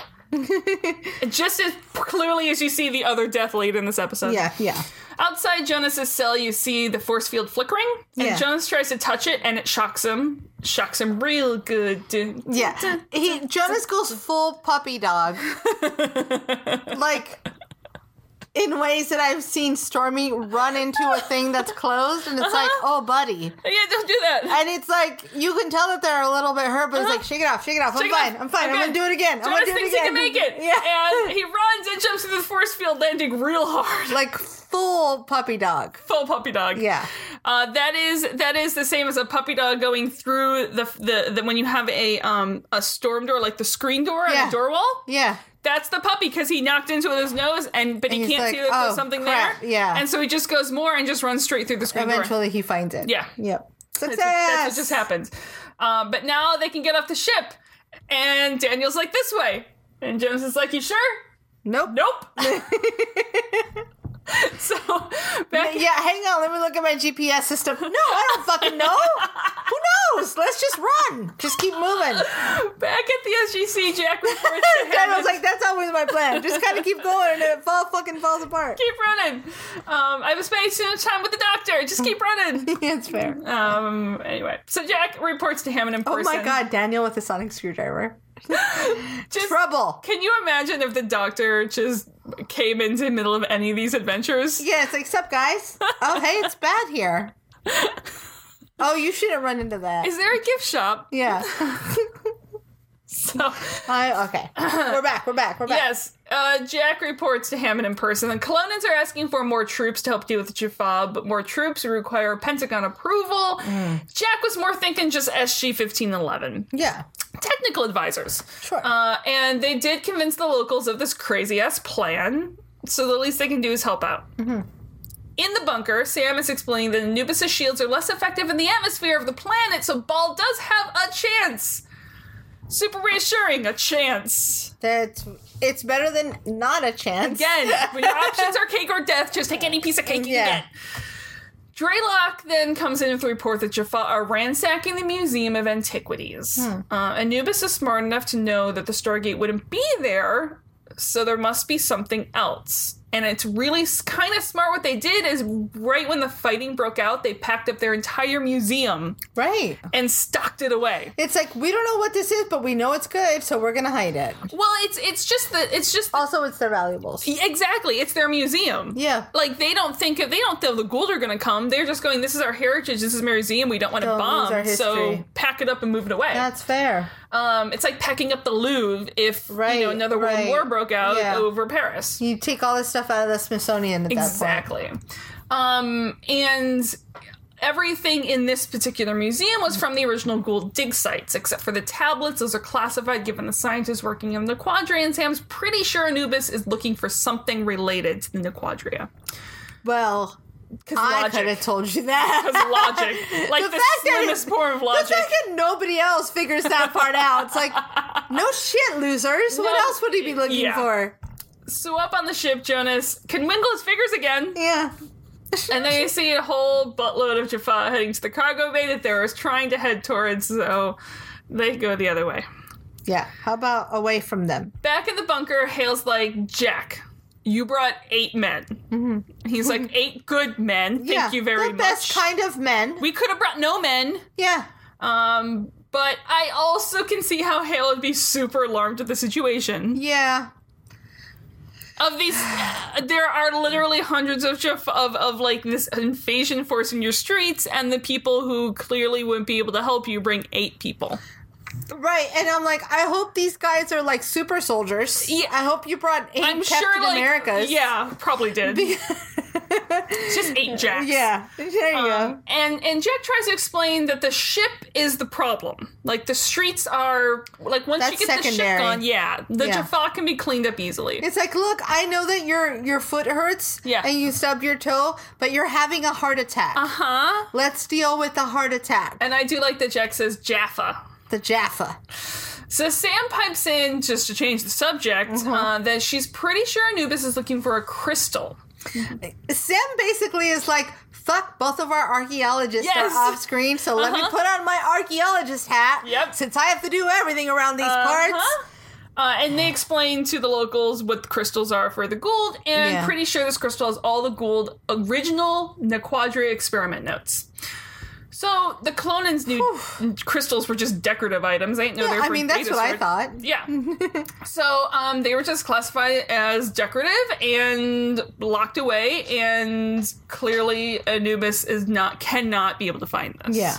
Speaker 2: Just as clearly as you see the other death late in this episode.
Speaker 1: Yeah. Yeah.
Speaker 2: Outside Jonas's cell, you see the force field flickering, and
Speaker 1: Yeah.
Speaker 2: Jonas tries to touch it, and it shocks him. Shocks him real good.
Speaker 1: Yeah. He Jonas goes full puppy dog. like in ways that I've seen Stormy run into a thing that's closed and it's like,
Speaker 2: Uh-huh.
Speaker 1: oh buddy.
Speaker 2: Yeah, don't do that.
Speaker 1: And it's like you can tell that they're a little bit hurt, but it's like shake it off, shake it off. I'm
Speaker 2: Uh-huh. Shake it
Speaker 1: fine.
Speaker 2: off.
Speaker 1: I'm fine. I'm,
Speaker 2: good.
Speaker 1: gonna do it again. I'm
Speaker 2: Jonas
Speaker 1: gonna do it
Speaker 2: thinks
Speaker 1: again.
Speaker 2: he can make it.
Speaker 1: Yeah.
Speaker 2: And he runs and jumps through the force field, landing real hard.
Speaker 1: like full puppy dog.
Speaker 2: Full puppy dog.
Speaker 1: Yeah.
Speaker 2: Uh, that is that is the same as a puppy dog going through the the, the when you have a um a storm door like the screen door on
Speaker 1: Yeah.
Speaker 2: a door wall.
Speaker 1: Yeah.
Speaker 2: That's the puppy because he knocked into it with his nose and but he
Speaker 1: he's
Speaker 2: can't
Speaker 1: like,
Speaker 2: see that
Speaker 1: "Oh,
Speaker 2: there's something
Speaker 1: crap,
Speaker 2: there.
Speaker 1: yeah.
Speaker 2: And so he just goes more and just runs straight through the screen door.
Speaker 1: Eventually he finds it.
Speaker 2: Yeah.
Speaker 1: Yep. Success.
Speaker 2: That's what just happened. Um, but now they can get off the ship, and Daniel's like this way, and Jones is like, "You sure?"
Speaker 1: Nope.
Speaker 2: Nope. so back
Speaker 1: Yeah, hang on. Let me look at my GPS system. No, I don't fucking know. Who knows? Let's just run. Just keep moving.
Speaker 2: back at the SGC, Jack reports to
Speaker 1: Dad was
Speaker 2: Hammond.
Speaker 1: like, that's always my plan. Just kind of keep going and it fall, fucking falls apart.
Speaker 2: Keep running. Um, I was spending too much time with the doctor. Just keep running.
Speaker 1: it's fair.
Speaker 2: Um, anyway, so Jack reports to Hammond in
Speaker 1: Oh
Speaker 2: person.
Speaker 1: my god, Daniel with a sonic screwdriver.
Speaker 2: Just-
Speaker 1: Trouble.
Speaker 2: Can you imagine if the doctor just came into the middle of any of these adventures?
Speaker 1: Yes, except guys. Oh, hey, it's bad here. Oh, you shouldn't run into that.
Speaker 2: Is there a gift shop?
Speaker 1: yeah.
Speaker 2: So
Speaker 1: I, okay. We're back. We're back. We're back.
Speaker 2: Yes, uh, Jack reports to Hammond in person. The Colonians are asking for more troops to help deal with Jaffa, but more troops require Pentagon approval. Jack was more thinking just SG fifteen eleven
Speaker 1: Yeah.
Speaker 2: technical advisors.
Speaker 1: Sure.
Speaker 2: Uh, and they did convince the locals of this crazy ass plan, so the least they can do is help out. In the bunker, Sam is explaining that Anubis' shields are less effective in the atmosphere of the planet, so Ball does have a chance. Super reassuring, a chance.
Speaker 1: That's it's better than not a chance.
Speaker 2: Again, when your options are cake or death, just take any piece of cake you
Speaker 1: Yeah.
Speaker 2: can get. Draylock then comes in with a report that Jaffa are ransacking the Museum of Antiquities. Uh, Anubis is smart enough to know that the Stargate wouldn't be there, so there must be something else. And it's really kind of smart what they did is right when the fighting broke out, they packed up their entire museum
Speaker 1: Right.
Speaker 2: and stocked it away.
Speaker 1: It's like we don't know what this is, but we know it's good, so we're gonna hide it.
Speaker 2: Well, it's it's just the it's just the,
Speaker 1: Also, it's their valuables.
Speaker 2: exactly it's their museum.
Speaker 1: Yeah.
Speaker 2: like they don't think of, they don't know the Gould are going to come. They're just going. This is our heritage. This is museum. We don't want to
Speaker 1: Don't lose our
Speaker 2: bomb. So
Speaker 1: history.
Speaker 2: pack it up and move it away.
Speaker 1: That's fair.
Speaker 2: um, it's like packing up the Louvre if you
Speaker 1: Right,
Speaker 2: know another
Speaker 1: right.
Speaker 2: world war broke out
Speaker 1: Yeah.
Speaker 2: over Paris.
Speaker 1: You take all this stuff out of the Smithsonian at that
Speaker 2: Exactly. Um, and everything in this particular museum was from the original Gould dig sites, except for the tablets. Those are classified, given the scientists working on the Quadria. And Sam's pretty sure Anubis is looking for something related to the Quadria.
Speaker 1: point. Well,
Speaker 2: Because
Speaker 1: I could have told you that.
Speaker 2: because logic, like the,
Speaker 1: The fact that
Speaker 2: slimmest
Speaker 1: it-
Speaker 2: form of
Speaker 1: The
Speaker 2: logic.
Speaker 1: fact that nobody else figures that part out. It's like, no shit, losers.
Speaker 2: No.
Speaker 1: What else would he be looking
Speaker 2: Yeah.
Speaker 1: for?
Speaker 2: so up on the ship, Jonas can wingle his fingers again,
Speaker 1: Yeah.
Speaker 2: and then you see a whole buttload of Jaffa heading to the cargo bay that they were trying to head towards. So they go the other way.
Speaker 1: Yeah. How about away from them?
Speaker 2: Back in the bunker, Hale's like, "Jack, you brought eight men." He's like, eight good men. Thank
Speaker 1: Mm-hmm. yeah.
Speaker 2: you very
Speaker 1: the
Speaker 2: much."
Speaker 1: best kind of men.
Speaker 2: we could have brought no men.
Speaker 1: yeah.
Speaker 2: Um, but I also can see how Hale would be super alarmed at the situation.
Speaker 1: Yeah.
Speaker 2: of these uh, there are literally hundreds of Jaf- of of like this invasion force in your streets and the people who clearly wouldn't be able to help you bring eight people
Speaker 1: Right, and I'm like, I hope these guys are like super soldiers.
Speaker 2: Yeah.
Speaker 1: I hope you brought 8
Speaker 2: i'm
Speaker 1: Captain
Speaker 2: sure like
Speaker 1: Americas.
Speaker 2: yeah probably did It's just eight jacks
Speaker 1: yeah. There you go.
Speaker 2: Um, and and Jack tries to explain that the ship is the problem. Like the streets are like once
Speaker 1: That's
Speaker 2: you get the ship
Speaker 1: secondary.
Speaker 2: gone, yeah, the
Speaker 1: Yeah.
Speaker 2: Jaffa can be cleaned up easily.
Speaker 1: It's like, look, I know that your your foot hurts,
Speaker 2: Yeah.
Speaker 1: and you stub your toe, but you're having a heart attack.
Speaker 2: Uh huh.
Speaker 1: Let's deal with the heart attack.
Speaker 2: And I do like that Jack says Jaffa.
Speaker 1: the Jaffa.
Speaker 2: So Sam pipes in just to change the subject
Speaker 1: Mm-hmm.
Speaker 2: uh, that she's pretty sure Anubis is looking for a crystal.
Speaker 1: Sam basically is like, fuck, both of our archaeologists
Speaker 2: Yes.
Speaker 1: are off screen, so let me
Speaker 2: Uh-huh.
Speaker 1: put on my archaeologist hat.
Speaker 2: Yep.
Speaker 1: Since I have to do everything around these parts.
Speaker 2: Uh-huh. Uh, and they explain to the locals what the crystals are for the Gould, and
Speaker 1: Yeah.
Speaker 2: pretty sure this crystal has all the Gould original Nequadria experiment notes. So the Clonans knew crystals were just decorative items. They didn't know they were
Speaker 1: I
Speaker 2: for
Speaker 1: mean, that's
Speaker 2: data
Speaker 1: what
Speaker 2: storage.
Speaker 1: I thought.
Speaker 2: Yeah. so um, they were just classified as decorative and locked away, and clearly Anubis is not cannot be able to find this.
Speaker 1: Yeah.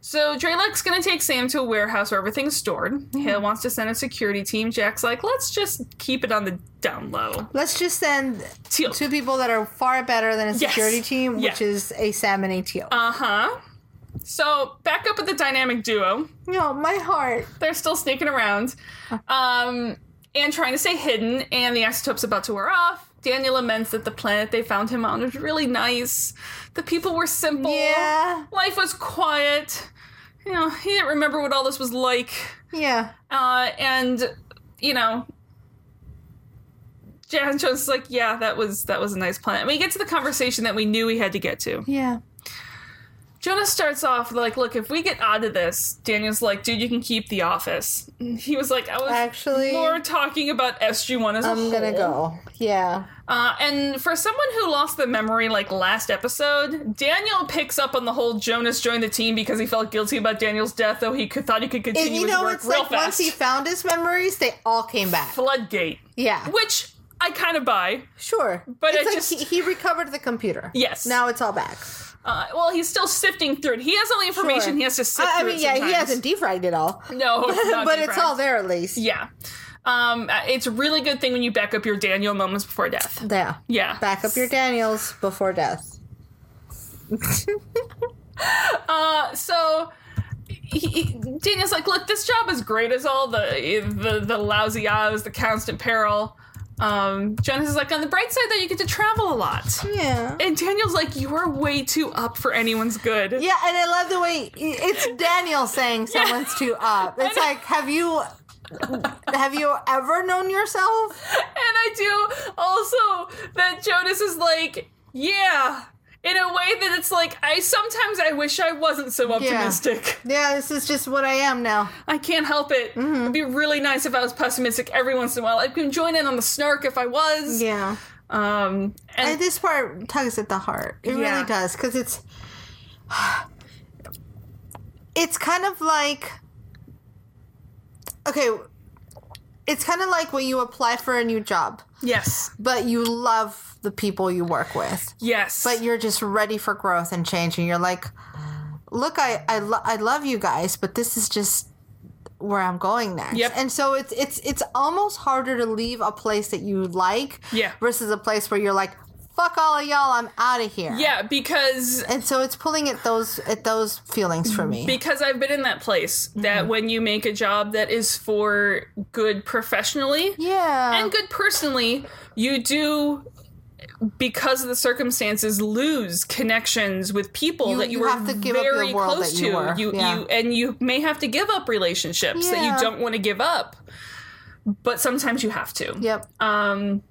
Speaker 2: So Draylak's gonna take Sam to a warehouse where everything's stored.
Speaker 1: Mm-hmm.
Speaker 2: Hale wants to send a security team. Jack's like, let's just keep it on the down low.
Speaker 1: Let's just send
Speaker 2: Teal.
Speaker 1: two people that are far better than a
Speaker 2: Yes.
Speaker 1: security team,
Speaker 2: Yeah.
Speaker 1: which is a Sam and a Teal.
Speaker 2: Uh huh. So back up with the dynamic duo.
Speaker 1: no, my heart.
Speaker 2: They're still sneaking around, um, and trying to stay hidden. And the isotope's about to wear off. Daniel laments that the planet they found him on was really nice. The people were simple.
Speaker 1: Yeah.
Speaker 2: Life was quiet. You know, he didn't remember what all this was like.
Speaker 1: Yeah.
Speaker 2: Uh, and you know, Jan Jones is like, yeah, that was that was a nice plan. We get to the conversation that we knew we had to get to.
Speaker 1: Yeah.
Speaker 2: Jonas starts off like, look, if we get out of this, Daniel's like, dude, you can keep the office. And He was like, I was
Speaker 1: Actually,
Speaker 2: more talking about SG One as a
Speaker 1: I'm gonna
Speaker 2: whole.
Speaker 1: go. Yeah.
Speaker 2: Uh, and for someone who lost the memory like last episode, Daniel picks up on the whole Jonas joined the team because he felt guilty about Daniel's death, though he could, thought he could continue
Speaker 1: And you
Speaker 2: his
Speaker 1: know,
Speaker 2: work
Speaker 1: it's
Speaker 2: real
Speaker 1: like once
Speaker 2: fast.
Speaker 1: he found his memories, they all came back.
Speaker 2: Floodgate.
Speaker 1: Yeah.
Speaker 2: which I kind of buy.
Speaker 1: Sure.
Speaker 2: But
Speaker 1: it's
Speaker 2: I
Speaker 1: like
Speaker 2: just-
Speaker 1: he, he recovered the computer.
Speaker 2: Yes.
Speaker 1: Now it's all back.
Speaker 2: Uh, well, he's still sifting through it. He has all the information.
Speaker 1: Sure.
Speaker 2: He has to sift
Speaker 1: I, I
Speaker 2: through
Speaker 1: mean,
Speaker 2: it
Speaker 1: yeah, he
Speaker 2: sometimes.
Speaker 1: hasn't defried it all,
Speaker 2: No, it's not
Speaker 1: but it's
Speaker 2: deep
Speaker 1: all
Speaker 2: fried.
Speaker 1: there at least.
Speaker 2: Yeah. Um, uh, it's a really good thing when you back up your Daniel moments before death.
Speaker 1: Yeah.
Speaker 2: Yeah.
Speaker 1: Back up your Daniels before death.
Speaker 2: so he, he- Daniel's like, look, this job is great as all the the, the lousy odds, the constant peril. Um, Jonas is like, on the bright side, though, you get to travel a lot.
Speaker 1: Yeah.
Speaker 2: And Daniel's like, you are way too up for anyone's good.
Speaker 1: Yeah, and I love the way it's Daniel saying someone's too up. It's like, have you have you ever known yourself?
Speaker 2: And I do also that Jonas is like, yeah, in a way that it's like, I sometimes I wish I wasn't so optimistic.
Speaker 1: Yeah, this is just what I am now.
Speaker 2: I can't help it.
Speaker 1: Mm-hmm.
Speaker 2: It'd be really nice if I was pessimistic every once in a while. I can join in on the snark if I was.
Speaker 1: Yeah.
Speaker 2: Um, and
Speaker 1: And this part tugs at the heart. It
Speaker 2: Yeah.
Speaker 1: really does because it's it's kind of like okay, it's kind of like when you apply for a new job,
Speaker 2: yes,
Speaker 1: but you love the people you work with,
Speaker 2: yes,
Speaker 1: but you're just ready for growth and change, and you're like, look, I I, lo- I love you guys, but this is just where I'm going next.
Speaker 2: Yep.
Speaker 1: And so it's it's it's almost harder to leave a place that you like
Speaker 2: Yeah.
Speaker 1: versus a place where you're like, fuck all of y'all, I'm out of here.
Speaker 2: yeah, because
Speaker 1: And so it's pulling at those at those feelings for me.
Speaker 2: because I've been in that place
Speaker 1: Mm-hmm.
Speaker 2: that when you make a job that is for good professionally
Speaker 1: yeah.
Speaker 2: and good personally, you do because of the circumstances lose connections with people
Speaker 1: You-
Speaker 2: that you,
Speaker 1: you
Speaker 2: were
Speaker 1: have to give up your
Speaker 2: very
Speaker 1: world
Speaker 2: close
Speaker 1: that you
Speaker 2: to.
Speaker 1: were,
Speaker 2: You
Speaker 1: yeah.
Speaker 2: you and you may have to give up relationships that
Speaker 1: Yeah.
Speaker 2: you don't want to give up. But sometimes you have to.
Speaker 1: Yep.
Speaker 2: Um,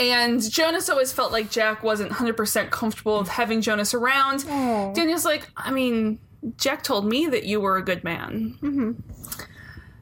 Speaker 2: and Jonas always felt like Jack wasn't 100% comfortable with having Jonas around. Daniel's like, I mean, Jack told me that you were a good man. Mm-hmm.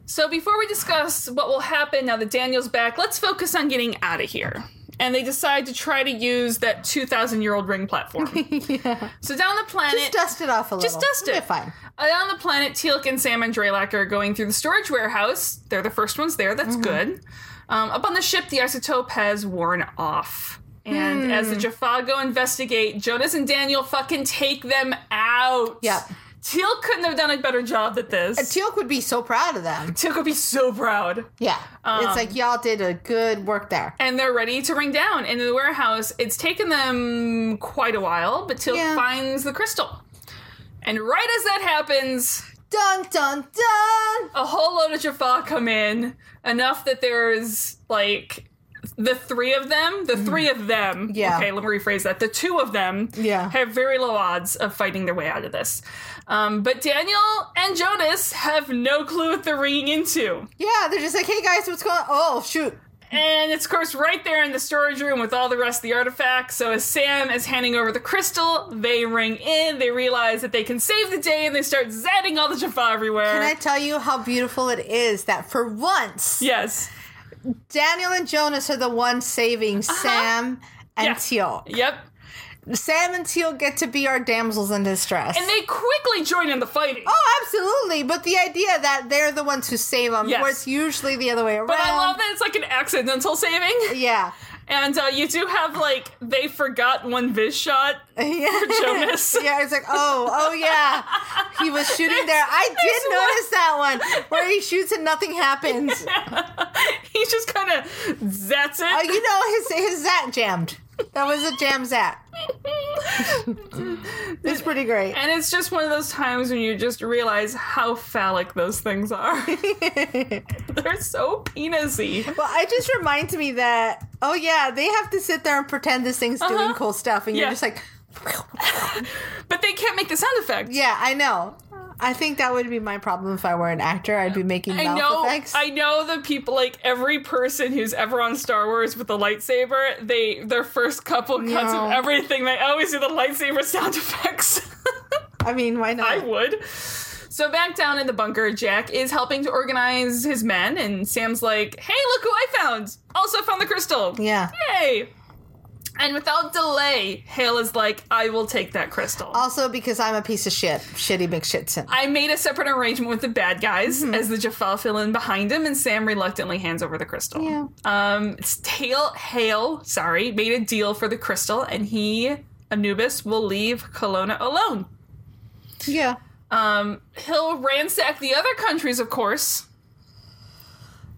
Speaker 2: So before we discuss what will happen now that Daniel's back, let's focus on getting out of here. And they decide to try to use that 2,000 year old ring platform. So down the planet.
Speaker 1: just dust it off a little.
Speaker 2: Just dust
Speaker 1: It'll
Speaker 2: it.
Speaker 1: be Fine.
Speaker 2: Uh, on the planet, Teal'c and Sam and Draylak are going through the storage warehouse. They're the first ones there. That's good. Um, up on the ship, the isotope has worn off. And as the Jaffa go investigate, Jonas and Daniel fucking take them out.
Speaker 1: Yep.
Speaker 2: Teal'c couldn't have done a better job at this.
Speaker 1: Teal'c would be so proud of them.
Speaker 2: Teal'c would be so proud.
Speaker 1: Yeah.
Speaker 2: Um,
Speaker 1: it's like y'all did a good work there.
Speaker 2: and they're ready to ring down into the warehouse. It's taken them quite a while, but Teal'c
Speaker 1: Yeah.
Speaker 2: finds the crystal. And right as that happens,
Speaker 1: Dun dun dun.
Speaker 2: a whole load of Jaffa come in, enough that there's like the three of them, the three of them.
Speaker 1: Mm-hmm. Yeah.
Speaker 2: Okay, let me rephrase that. The two of them
Speaker 1: Yeah.
Speaker 2: have very low odds of fighting their way out of this. Um, but Daniel and Jonas have no clue what they're ringing into.
Speaker 1: Yeah, they're just like, hey guys, what's going on? Oh shoot.
Speaker 2: And it's, of course, right there in the storage room with all the rest of the artifacts. So, as Sam is handing over the crystal, they ring in, they realize that they can save the day, and they start zatting all the Jaffa everywhere.
Speaker 1: Can I tell you how beautiful it is that for once
Speaker 2: yes.
Speaker 1: Daniel and Jonas are the ones saving Sam
Speaker 2: Uh-huh.
Speaker 1: and
Speaker 2: Yeah.
Speaker 1: Teal.
Speaker 2: Yep.
Speaker 1: Sam and Teal get to be our damsels in distress.
Speaker 2: And they quickly join in the fighting.
Speaker 1: Oh, absolutely. But the idea that they're the ones who save them,
Speaker 2: Yes.
Speaker 1: where it's usually the other way around.
Speaker 2: but I love that it's like an accidental saving.
Speaker 1: Yeah.
Speaker 2: And uh, you do have like, they forgot one Viz shot.
Speaker 1: Yeah.
Speaker 2: Jonas.
Speaker 1: yeah, it's like, oh, oh yeah. He was shooting there. I did
Speaker 2: there's one-
Speaker 1: notice that one where he shoots and nothing happens.
Speaker 2: he just kind of zats
Speaker 1: Oh,
Speaker 2: it.
Speaker 1: you know, his his zat jammed. That was a jam zat. It's pretty great.
Speaker 2: and it's just one of those times when you just realize how phallic those things are. They're so penisy.
Speaker 1: Well, it just reminds me that oh yeah, they have to sit there and pretend this thing's doing
Speaker 2: Uh-huh.
Speaker 1: cool stuff, and you're
Speaker 2: Yeah.
Speaker 1: just like,
Speaker 2: But they can't make the sound effect.
Speaker 1: yeah, I know. I think that would be my problem if I were an actor. I'd be making
Speaker 2: I
Speaker 1: mouth
Speaker 2: know,
Speaker 1: effects.
Speaker 2: I know the people. Like every person who's ever on Star Wars with the lightsaber, they their first couple cuts
Speaker 1: No.
Speaker 2: of everything, they always do the lightsaber sound effects.
Speaker 1: I mean, why not?
Speaker 2: I would. So back down in the bunker, Jack is helping to organize his men, and Sam's like, "Hey, look who I found! Also found the crystal.
Speaker 1: yeah.
Speaker 2: Yay!" And without delay, Hale is like, "I will take that crystal."
Speaker 1: Also, because I'm a piece of shit, shitty McShitson.
Speaker 2: I made a separate arrangement with the bad guys
Speaker 1: Mm-hmm.
Speaker 2: as the Jaffa fill in behind him, and Sam reluctantly hands over the crystal.
Speaker 1: Yeah.
Speaker 2: Um, Tail Hale, sorry, made a deal for the crystal, and he Anubis will leave Kelowna alone.
Speaker 1: Yeah.
Speaker 2: Um, he'll ransack the other countries, of course,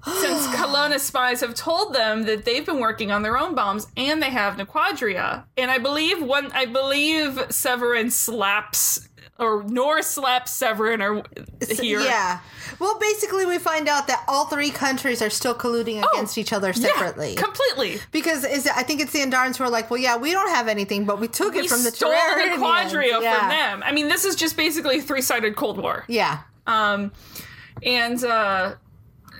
Speaker 2: since Kelowna spies have told them that they've been working on their own bombs and they have Nequadria. And I believe one, I believe Severin slaps or Nor slaps Severin or here.
Speaker 1: Yeah. Well, basically, we find out that all three countries are still colluding against each other
Speaker 2: Oh, Yeah,
Speaker 1: separately.
Speaker 2: completely.
Speaker 1: because is I think it's the Andarans who are like, well, yeah, we don't have anything, but we took
Speaker 2: We
Speaker 1: it from the
Speaker 2: stole
Speaker 1: Terrarians.
Speaker 2: the Quadria
Speaker 1: yeah.
Speaker 2: from them. I mean, this is just basically three-sided Cold War.
Speaker 1: Yeah.
Speaker 2: Um, and uh,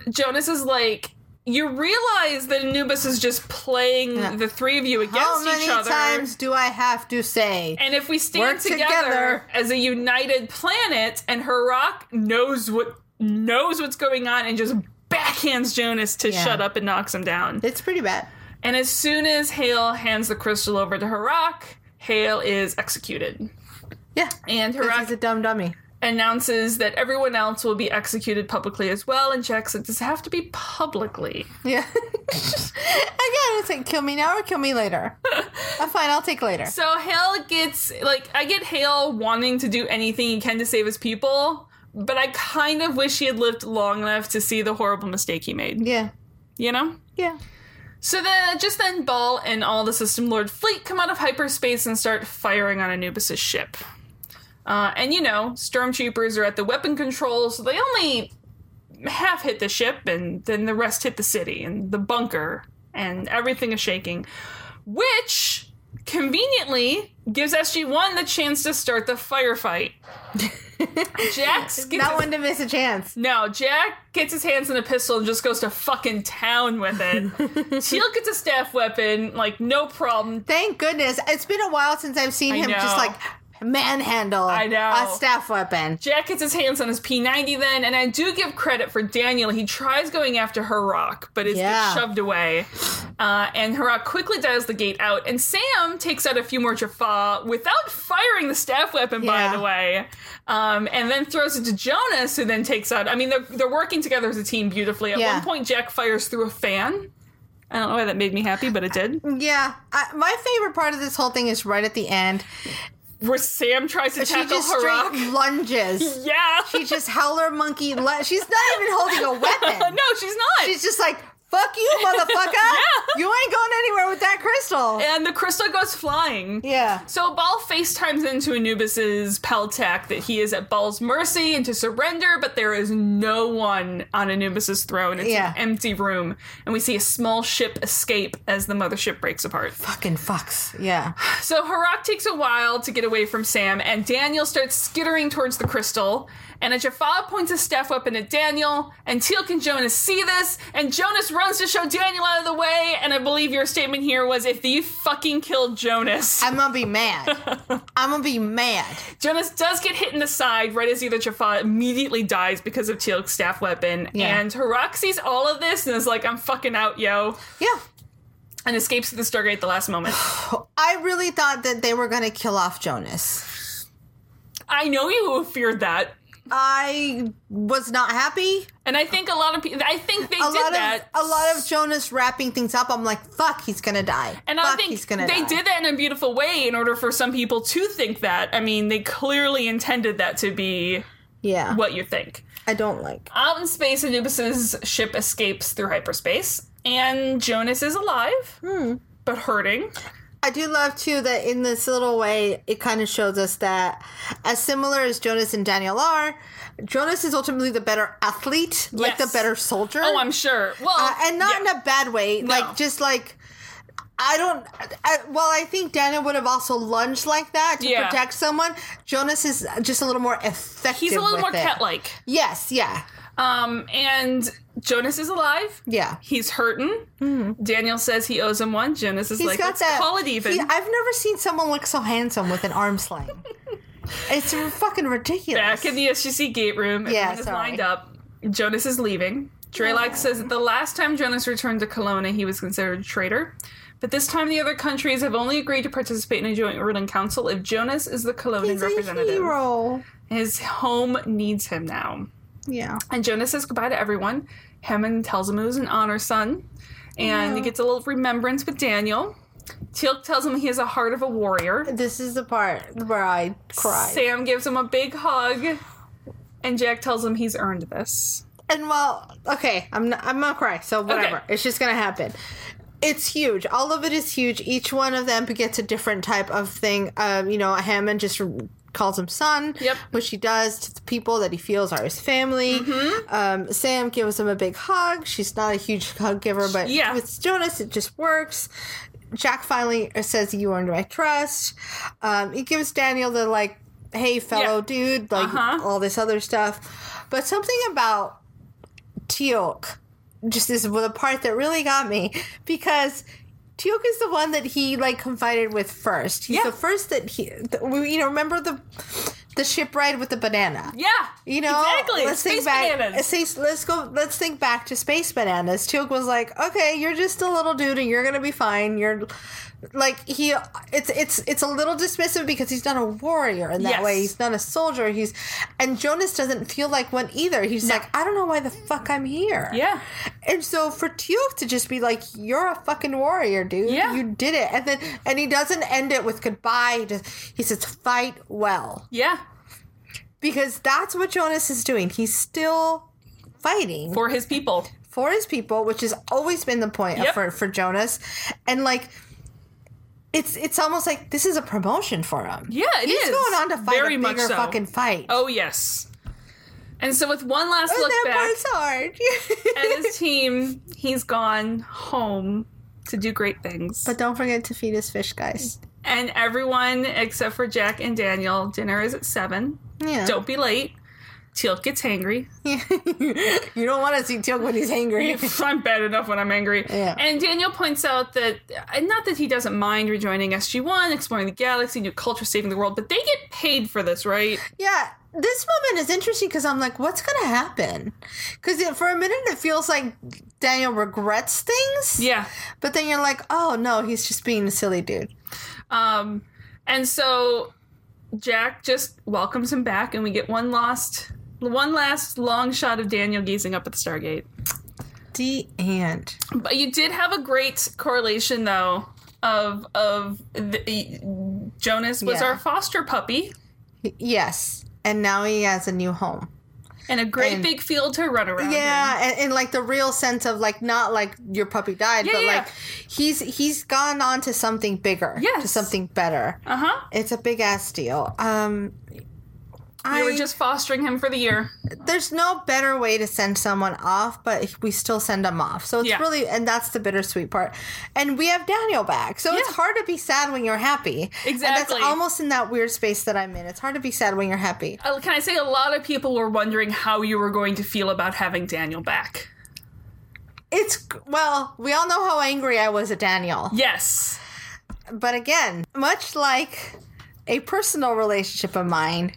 Speaker 2: Jonas is like, you realize that Anubis is just playing
Speaker 1: Yeah.
Speaker 2: the three of you against
Speaker 1: How
Speaker 2: each
Speaker 1: many
Speaker 2: other.
Speaker 1: times do I have to say?
Speaker 2: and if we stand
Speaker 1: Work
Speaker 2: together,
Speaker 1: together.
Speaker 2: as a united planet, and Harak knows what knows what's going on and just backhands Jonas to
Speaker 1: Yeah.
Speaker 2: shut up and knocks him down.
Speaker 1: It's pretty bad.
Speaker 2: And as soon as Hale hands the crystal over to Harak, Hale is executed.
Speaker 1: Yeah.
Speaker 2: And
Speaker 1: This is
Speaker 2: Harak
Speaker 1: a dumb dummy.
Speaker 2: announces that everyone else will be executed publicly as well and checks it does it have to be publicly
Speaker 1: Yeah. Again, it's like kill me now or kill me later. I'm fine. I'll take later.
Speaker 2: so hale gets like i get hale wanting to do anything he can to save his people but i kind of wish he had lived long enough to see the horrible mistake he made
Speaker 1: Yeah.
Speaker 2: you know
Speaker 1: Yeah.
Speaker 2: so then just then ball and all the system lord fleet come out of hyperspace and start firing on anubis's ship uh, and you know stormtroopers are at the weapon control so they only half hit the ship and then the rest hit the city and the bunker and everything is shaking which conveniently gives sg1 the chance to start the firefight jax gets
Speaker 1: Not
Speaker 2: his-
Speaker 1: one to miss a chance.
Speaker 2: no, Jack gets his hands on a pistol and just goes to fucking town with it. Teal gets a staff weapon, like no problem.
Speaker 1: Thank goodness. It's been a while since I've seen
Speaker 2: I
Speaker 1: him just
Speaker 2: know.
Speaker 1: like manhandle
Speaker 2: I know.
Speaker 1: a staff weapon.
Speaker 2: Jack gets his hands on his P90 then, and I do give credit for Daniel. He tries going after Harak, but is
Speaker 1: Yeah.
Speaker 2: gets shoved away. Uh, and Harak quickly dials the gate out, and Sam takes out a few more Jaffa without firing the staff weapon,
Speaker 1: Yeah.
Speaker 2: by the way, um, and then throws it to Jonas, who then takes out. I mean, they're, they're working together as a team beautifully. At
Speaker 1: Yeah.
Speaker 2: one point, Jack fires through a fan. I don't know why that made me happy, but it did.
Speaker 1: Yeah. I, my favorite part of this whole thing is right at the end.
Speaker 2: Where Sam tries to
Speaker 1: She
Speaker 2: tackle
Speaker 1: just straight
Speaker 2: Harak.
Speaker 1: lunges.
Speaker 2: Yeah.
Speaker 1: She just howler monkey. Lu- She's not even holding a weapon.
Speaker 2: no, she's not.
Speaker 1: She's just like, fuck you, motherfucker. You ain't going anywhere with that crystal.
Speaker 2: and the crystal goes flying.
Speaker 1: Yeah.
Speaker 2: So Ball FaceTimes into Anubis's Peltac that he is at Ball's mercy and to surrender, but there is no one on Anubis's throne. It's
Speaker 1: Yeah.
Speaker 2: an empty room, and we see a small ship escape as the mothership breaks apart.
Speaker 1: Fucking fucks. Yeah.
Speaker 2: So Harak takes a while to get away from Sam, and Daniel starts skittering towards the crystal. And a Jaffa points his staff weapon at Daniel, and Teal'c and Jonas see this, and Jonas runs to show Daniel out of the way. And I believe your statement here was, "If you fucking killed Jonas."
Speaker 1: I'm gonna be mad. I'm gonna be mad.
Speaker 2: Jonas does get hit in the side right as either Jaffa immediately dies because of Teal'c's staff weapon.
Speaker 1: Yeah.
Speaker 2: And Harak sees all of this and is like, I'm fucking out, yo.
Speaker 1: Yeah.
Speaker 2: And escapes to the Stargate at the last moment.
Speaker 1: I really thought that they were gonna kill off Jonas.
Speaker 2: I know you feared that.
Speaker 1: I was not happy.
Speaker 2: And I think a lot of people, I think they
Speaker 1: A
Speaker 2: did
Speaker 1: lot
Speaker 2: that.
Speaker 1: of a lot of Jonas wrapping things up. I'm like, fuck, he's gonna die.
Speaker 2: and
Speaker 1: fuck,
Speaker 2: I think
Speaker 1: he's gonna
Speaker 2: they
Speaker 1: die.
Speaker 2: did that in a beautiful way in order for some people to think that. I mean, they clearly intended that to be
Speaker 1: Yeah.
Speaker 2: what you think.
Speaker 1: I don't like.
Speaker 2: Out in space, Anubis's ship escapes through hyperspace, and Jonas is alive,
Speaker 1: Hmm.
Speaker 2: but hurting.
Speaker 1: I do love too that in this little way, it kind of shows us that as similar as Jonas and Daniel are, Jonas is ultimately the better athlete, like the
Speaker 2: Yes.
Speaker 1: better soldier.
Speaker 2: Oh, I'm sure. Well,
Speaker 1: Uh, and not
Speaker 2: yeah.
Speaker 1: in a bad way, like just like. I don't. I, well, I think Daniel would have also lunged like that to
Speaker 2: Yeah.
Speaker 1: protect someone. Jonas is just a little more effective.
Speaker 2: he's a little
Speaker 1: with
Speaker 2: more
Speaker 1: it.
Speaker 2: cat-like.
Speaker 1: Yes, yeah,
Speaker 2: Um, and Jonas is alive.
Speaker 1: yeah. Hmm.
Speaker 2: He's hurting. Daniel says he owes him one. Jonas is
Speaker 1: He's
Speaker 2: like,
Speaker 1: got
Speaker 2: let's
Speaker 1: that.
Speaker 2: call it even.
Speaker 1: he- I've never seen someone look so handsome with an arm sling. it's fucking ridiculous.
Speaker 2: Back in the SGC gate room,
Speaker 1: Yeah,
Speaker 2: everyone is
Speaker 1: sorry.
Speaker 2: lined up. Jonas is leaving. Drelak says that the last time Jonas returned to Kelowna, he was considered a traitor. But this time, the other countries have only agreed to participate in a joint ruling council if Jonas is the Kelownan
Speaker 1: He's a
Speaker 2: representative.
Speaker 1: hero.
Speaker 2: His home needs him now.
Speaker 1: Yeah.
Speaker 2: And Jonas says goodbye to everyone. Hammond tells him it was an honor, son. And he gets a little remembrance with Daniel. Teal'c tells him he has a heart of a warrior.
Speaker 1: This is the part where I cry.
Speaker 2: Sam gives him a big hug, and Jack tells him he's earned this.
Speaker 1: And well, okay, I'm not, I'm gonna cry. So whatever,
Speaker 2: Okay.
Speaker 1: it's just gonna happen. It's huge. All of it is huge. Each one of them gets a different type of thing. Um, you know, Hammond just calls him son,
Speaker 2: Yep.
Speaker 1: which he does to the people that he feels are his family.
Speaker 2: Mm-hmm.
Speaker 1: Um, Sam gives him a big hug. She's not a huge hug giver, but
Speaker 2: Yeah.
Speaker 1: with Jonas, it just works. Jack finally says, "You earned my trust." Um, he gives Daniel the like, "Hey, fellow
Speaker 2: Yeah.
Speaker 1: dude," like
Speaker 2: Uh-huh.
Speaker 1: all this other stuff. But something about Teal'c just is the part that really got me because Teal'c is the one that he like confided with first. He's
Speaker 2: Yeah.
Speaker 1: the first that he, th- we you know, remember the the ship ride with the banana.
Speaker 2: Yeah,
Speaker 1: You know,
Speaker 2: exactly. Space
Speaker 1: back.
Speaker 2: bananas.
Speaker 1: Let's, let's go. Let's think back to space bananas. Teal'c was like, "Okay, you're just a little dude, and you're gonna be fine." You're like he. It's it's it's a little dismissive because he's not a warrior in that
Speaker 2: Yes.
Speaker 1: way. He's not a soldier. He's and Jonas doesn't feel like one either. He's like, "I don't know why the fuck I'm here."
Speaker 2: Yeah.
Speaker 1: And so for Teal'c to just be like, "You're a fucking warrior, dude.
Speaker 2: Yeah.
Speaker 1: You did it," and then and he doesn't end it with goodbye. He just- He says, "Fight well."
Speaker 2: Yeah,
Speaker 1: because that's what Jonas is doing. He's still fighting
Speaker 2: for
Speaker 1: for,
Speaker 2: his people.
Speaker 1: his people, which has always been the point of
Speaker 2: Yep.
Speaker 1: for for Jonas, and like. It's, it's almost like this is a promotion for him.
Speaker 2: Yeah, it
Speaker 1: He's
Speaker 2: is.
Speaker 1: going on to fight
Speaker 2: Very
Speaker 1: a
Speaker 2: much
Speaker 1: bigger
Speaker 2: so.
Speaker 1: fucking fight.
Speaker 2: Oh yes. And so with one last
Speaker 1: and
Speaker 2: look
Speaker 1: that
Speaker 2: back
Speaker 1: part's hard.
Speaker 2: at his team, he's gone home to do great things.
Speaker 1: but don't forget to feed his fish, guys.
Speaker 2: and everyone except for Jack and Daniel, dinner is at seven.
Speaker 1: Yeah.
Speaker 2: Don't be late. Teal'c gets angry.
Speaker 1: you don't want to see Teal'c when he's angry.
Speaker 2: I'm bad enough when I'm angry.
Speaker 1: Yeah.
Speaker 2: And Daniel points out that, and not that he doesn't mind rejoining SG1, exploring the galaxy, new culture, saving the world, but they get paid for this, right?
Speaker 1: Yeah, this moment is interesting because I'm like, what's going to happen? Because for a minute it feels like Daniel regrets things.
Speaker 2: Yeah.
Speaker 1: But then you're like, oh no, he's just being a silly dude.
Speaker 2: Um, and so Jack just welcomes him back, and we get one last, one last long shot of Daniel gazing up at the Stargate.
Speaker 1: The end.
Speaker 2: But you did have a great correlation, though, of of the, e, Jonas was
Speaker 1: Yeah.
Speaker 2: our foster puppy,
Speaker 1: Yes. And now he has a new home.
Speaker 2: and a great
Speaker 1: And-
Speaker 2: big field to run around. in.
Speaker 1: Yeah, and, and like the real sense of like not like your puppy died,
Speaker 2: Yeah,
Speaker 1: but
Speaker 2: yeah.
Speaker 1: like he's he's gone on to something bigger. To
Speaker 2: Yes.
Speaker 1: something better.
Speaker 2: Uh huh.
Speaker 1: It's a big ass deal. Um
Speaker 2: We
Speaker 1: I
Speaker 2: were just fostering him for the year.
Speaker 1: there's no better way to send someone off, but we still send them off. So it's
Speaker 2: Yeah.
Speaker 1: really, and that's the bittersweet part. And we have Daniel back, so it's
Speaker 2: Yeah.
Speaker 1: hard to be sad when you're happy. and that's
Speaker 2: Exactly.
Speaker 1: almost in that weird space that I'm in. It's hard to be sad when you're happy.
Speaker 2: Uh, Can I say a lot of people were wondering how you were going to feel about having Daniel back?
Speaker 1: It's well, we all know how angry I was at Daniel,
Speaker 2: Yes.
Speaker 1: but again, much like a personal relationship of mine,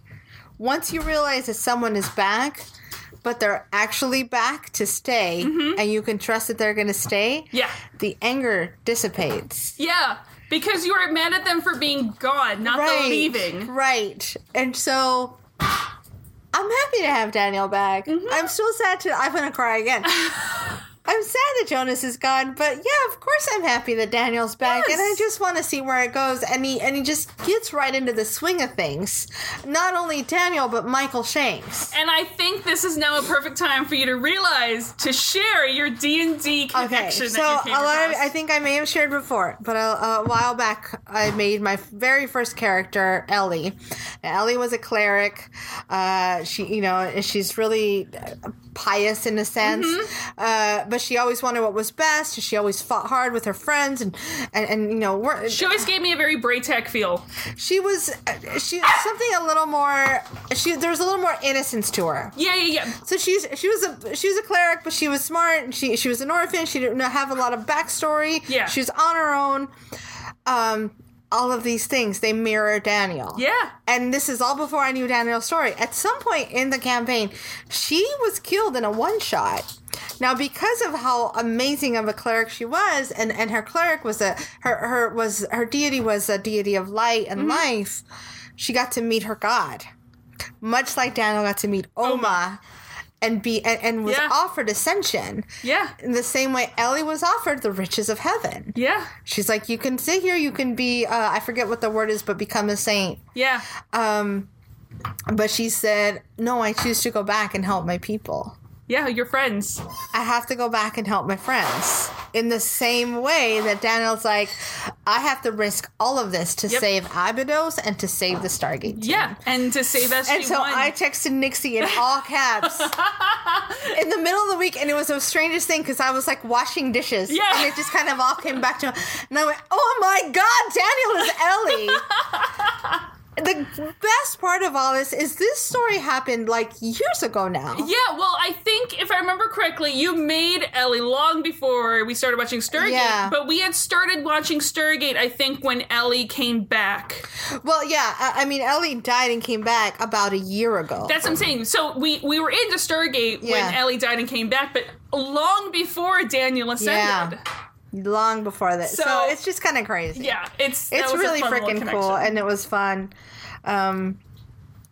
Speaker 1: once you realize that someone is back. But they're actually back to stay, and you can trust that they're going to stay.
Speaker 2: Yeah.
Speaker 1: the anger dissipates.
Speaker 2: Yeah. Because you were mad at them for being gone, not the leaving.
Speaker 1: Right. And so I'm happy to have Daniel back.
Speaker 2: Mm-hmm.
Speaker 1: I'm still sad to I'm gonna cry again. I'm sad that Jonas is gone, but yeah, of course I'm happy that Daniel's back, and I
Speaker 2: Yes.
Speaker 1: just want to see where it goes. And he and he just gets right into the swing of things. Not only Daniel, but Michael Shanks.
Speaker 2: And I think this is now a perfect time for you to realize to share your D and D
Speaker 1: Okay,
Speaker 2: connection.
Speaker 1: so
Speaker 2: that
Speaker 1: a
Speaker 2: you came
Speaker 1: lot of
Speaker 2: across.
Speaker 1: I think I may have shared before, but a, a while back I made my very first character Ellie. Now, Ellie was a cleric. Uh, she, you know, and she's really uh, pious in a sense, uh, but she always wanted what was best. She always fought hard with her friends, and and, and you know, wor-
Speaker 2: she always gave me a very Braytech feel.
Speaker 1: she was uh, she something a little more. She there was a little more innocence to her.
Speaker 2: Yeah, yeah, yeah.
Speaker 1: So she's she was a she was a cleric, but she was smart. And she she was an orphan. She didn't have a lot of backstory.
Speaker 2: Yeah.
Speaker 1: she was on her own. Um, all of these things they mirror Daniel.
Speaker 2: Yeah.
Speaker 1: and this is all before I knew Daniel's story. At some point in the campaign, she was killed in a one shot. Now, because of how amazing of a cleric she was, and, and her cleric was a her her was her deity was a deity of light and life, she got to meet her god, much like Daniel got to meet Oma, and be and, and was
Speaker 2: Yeah.
Speaker 1: offered ascension
Speaker 2: Yeah.
Speaker 1: in the same way Ellie was offered the riches of heaven.
Speaker 2: Yeah.
Speaker 1: She's like, you can sit here, you can be, uh, I forget what the word is, but become a saint.
Speaker 2: Yeah.
Speaker 1: Um, but she said, no, I choose to go back and help my people.
Speaker 2: Yeah. Your friends.
Speaker 1: I have to go back and help my friends. In the same way that Daniel's like, I have to risk all of this to
Speaker 2: Yep.
Speaker 1: save Abydos and to save the Stargate. team."
Speaker 2: Yeah. And to save us,
Speaker 1: And so I texted Nixie in all caps in the middle of the week, and it was the strangest thing because I was like washing dishes,
Speaker 2: Yeah.
Speaker 1: and it just kind of all came back to, and I went, "Oh my God, Daniel is Ellie." the best part of all this is this story happened like years ago now.
Speaker 2: Yeah, well, I think if I remember correctly, you made Ellie long before we started watching Stargate.
Speaker 1: Yeah.
Speaker 2: But we had started watching Stargate, I think, when Ellie came back.
Speaker 1: Well, yeah, I, I mean, Ellie died and came back about a year ago.
Speaker 2: That's what I'm saying. So we we were into Stargate
Speaker 1: Yeah.
Speaker 2: when Ellie died and came back, but long before Daniel ascended. Yeah,
Speaker 1: long before that. So,
Speaker 2: So-
Speaker 1: it's just kind of crazy.
Speaker 2: it's that was
Speaker 1: it's
Speaker 2: a
Speaker 1: really
Speaker 2: fun little
Speaker 1: freaking cool
Speaker 2: connection.
Speaker 1: and it was fun um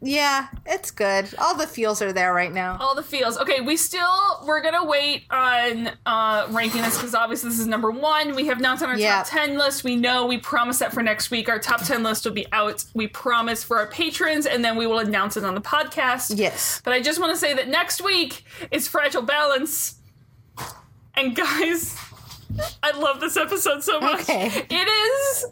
Speaker 1: yeah it's good all the feels are there right now
Speaker 2: all the feels. Okay, we still we're gonna wait on uh ranking this because obviously this is number one. We have not done our
Speaker 1: Yeah.
Speaker 2: top ten list. We know we promise that for next week our top ten list will be out. We promise for our patrons, and then we will announce it on the podcast.
Speaker 1: yes
Speaker 2: But I just want to say that next week is Fragile Balance. And guys, I love this episode so much.
Speaker 1: Okay.
Speaker 2: It is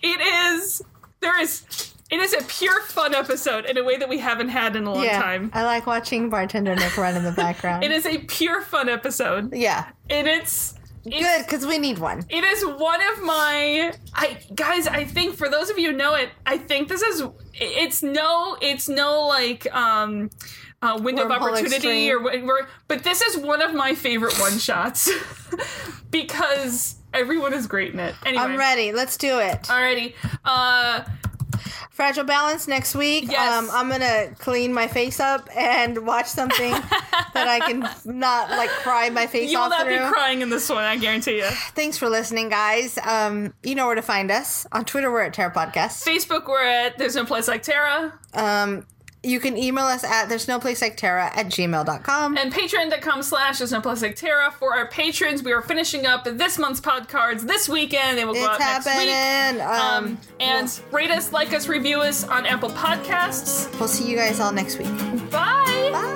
Speaker 2: it is there is it is a pure fun episode in a way that we haven't had in a long
Speaker 1: yeah
Speaker 2: time.
Speaker 1: i like watching bartender nick run in the background
Speaker 2: It is a pure fun episode.
Speaker 1: yeah
Speaker 2: And it's it's-
Speaker 1: good because we need one
Speaker 2: It is one of my I guys, I think for those of you who know it, I think this is it's no it's no like um uh, window of
Speaker 1: Wormhole
Speaker 2: opportunity or
Speaker 1: Extreme.
Speaker 2: wh- where, but this is one of my favorite one shots because everyone is great in it. Anyway,
Speaker 1: i'm ready let's do it
Speaker 2: Alrighty, uh,
Speaker 1: fragile balance next week
Speaker 2: Yes.
Speaker 1: um i'm gonna clean my face up and watch something that i can not like cry my face
Speaker 2: you will
Speaker 1: off
Speaker 2: not
Speaker 1: through
Speaker 2: be crying in this one. I guarantee you.
Speaker 1: thanks for listening guys um you know where to find us on twitter we're at terror podcast
Speaker 2: Facebook, we're at there's no place like Terra,
Speaker 1: Um, you can email us at there's no place like Tara at gmail.com.
Speaker 2: and patreon.com slash there's no place like Terra for our patrons. We are finishing up this month's pod cards this weekend. They will go
Speaker 1: It's
Speaker 2: out next week.
Speaker 1: happening. Um,
Speaker 2: Um, and rate us, like us, review us on Apple Podcasts.
Speaker 1: we'll see you guys all next week.
Speaker 2: Bye.
Speaker 1: Bye.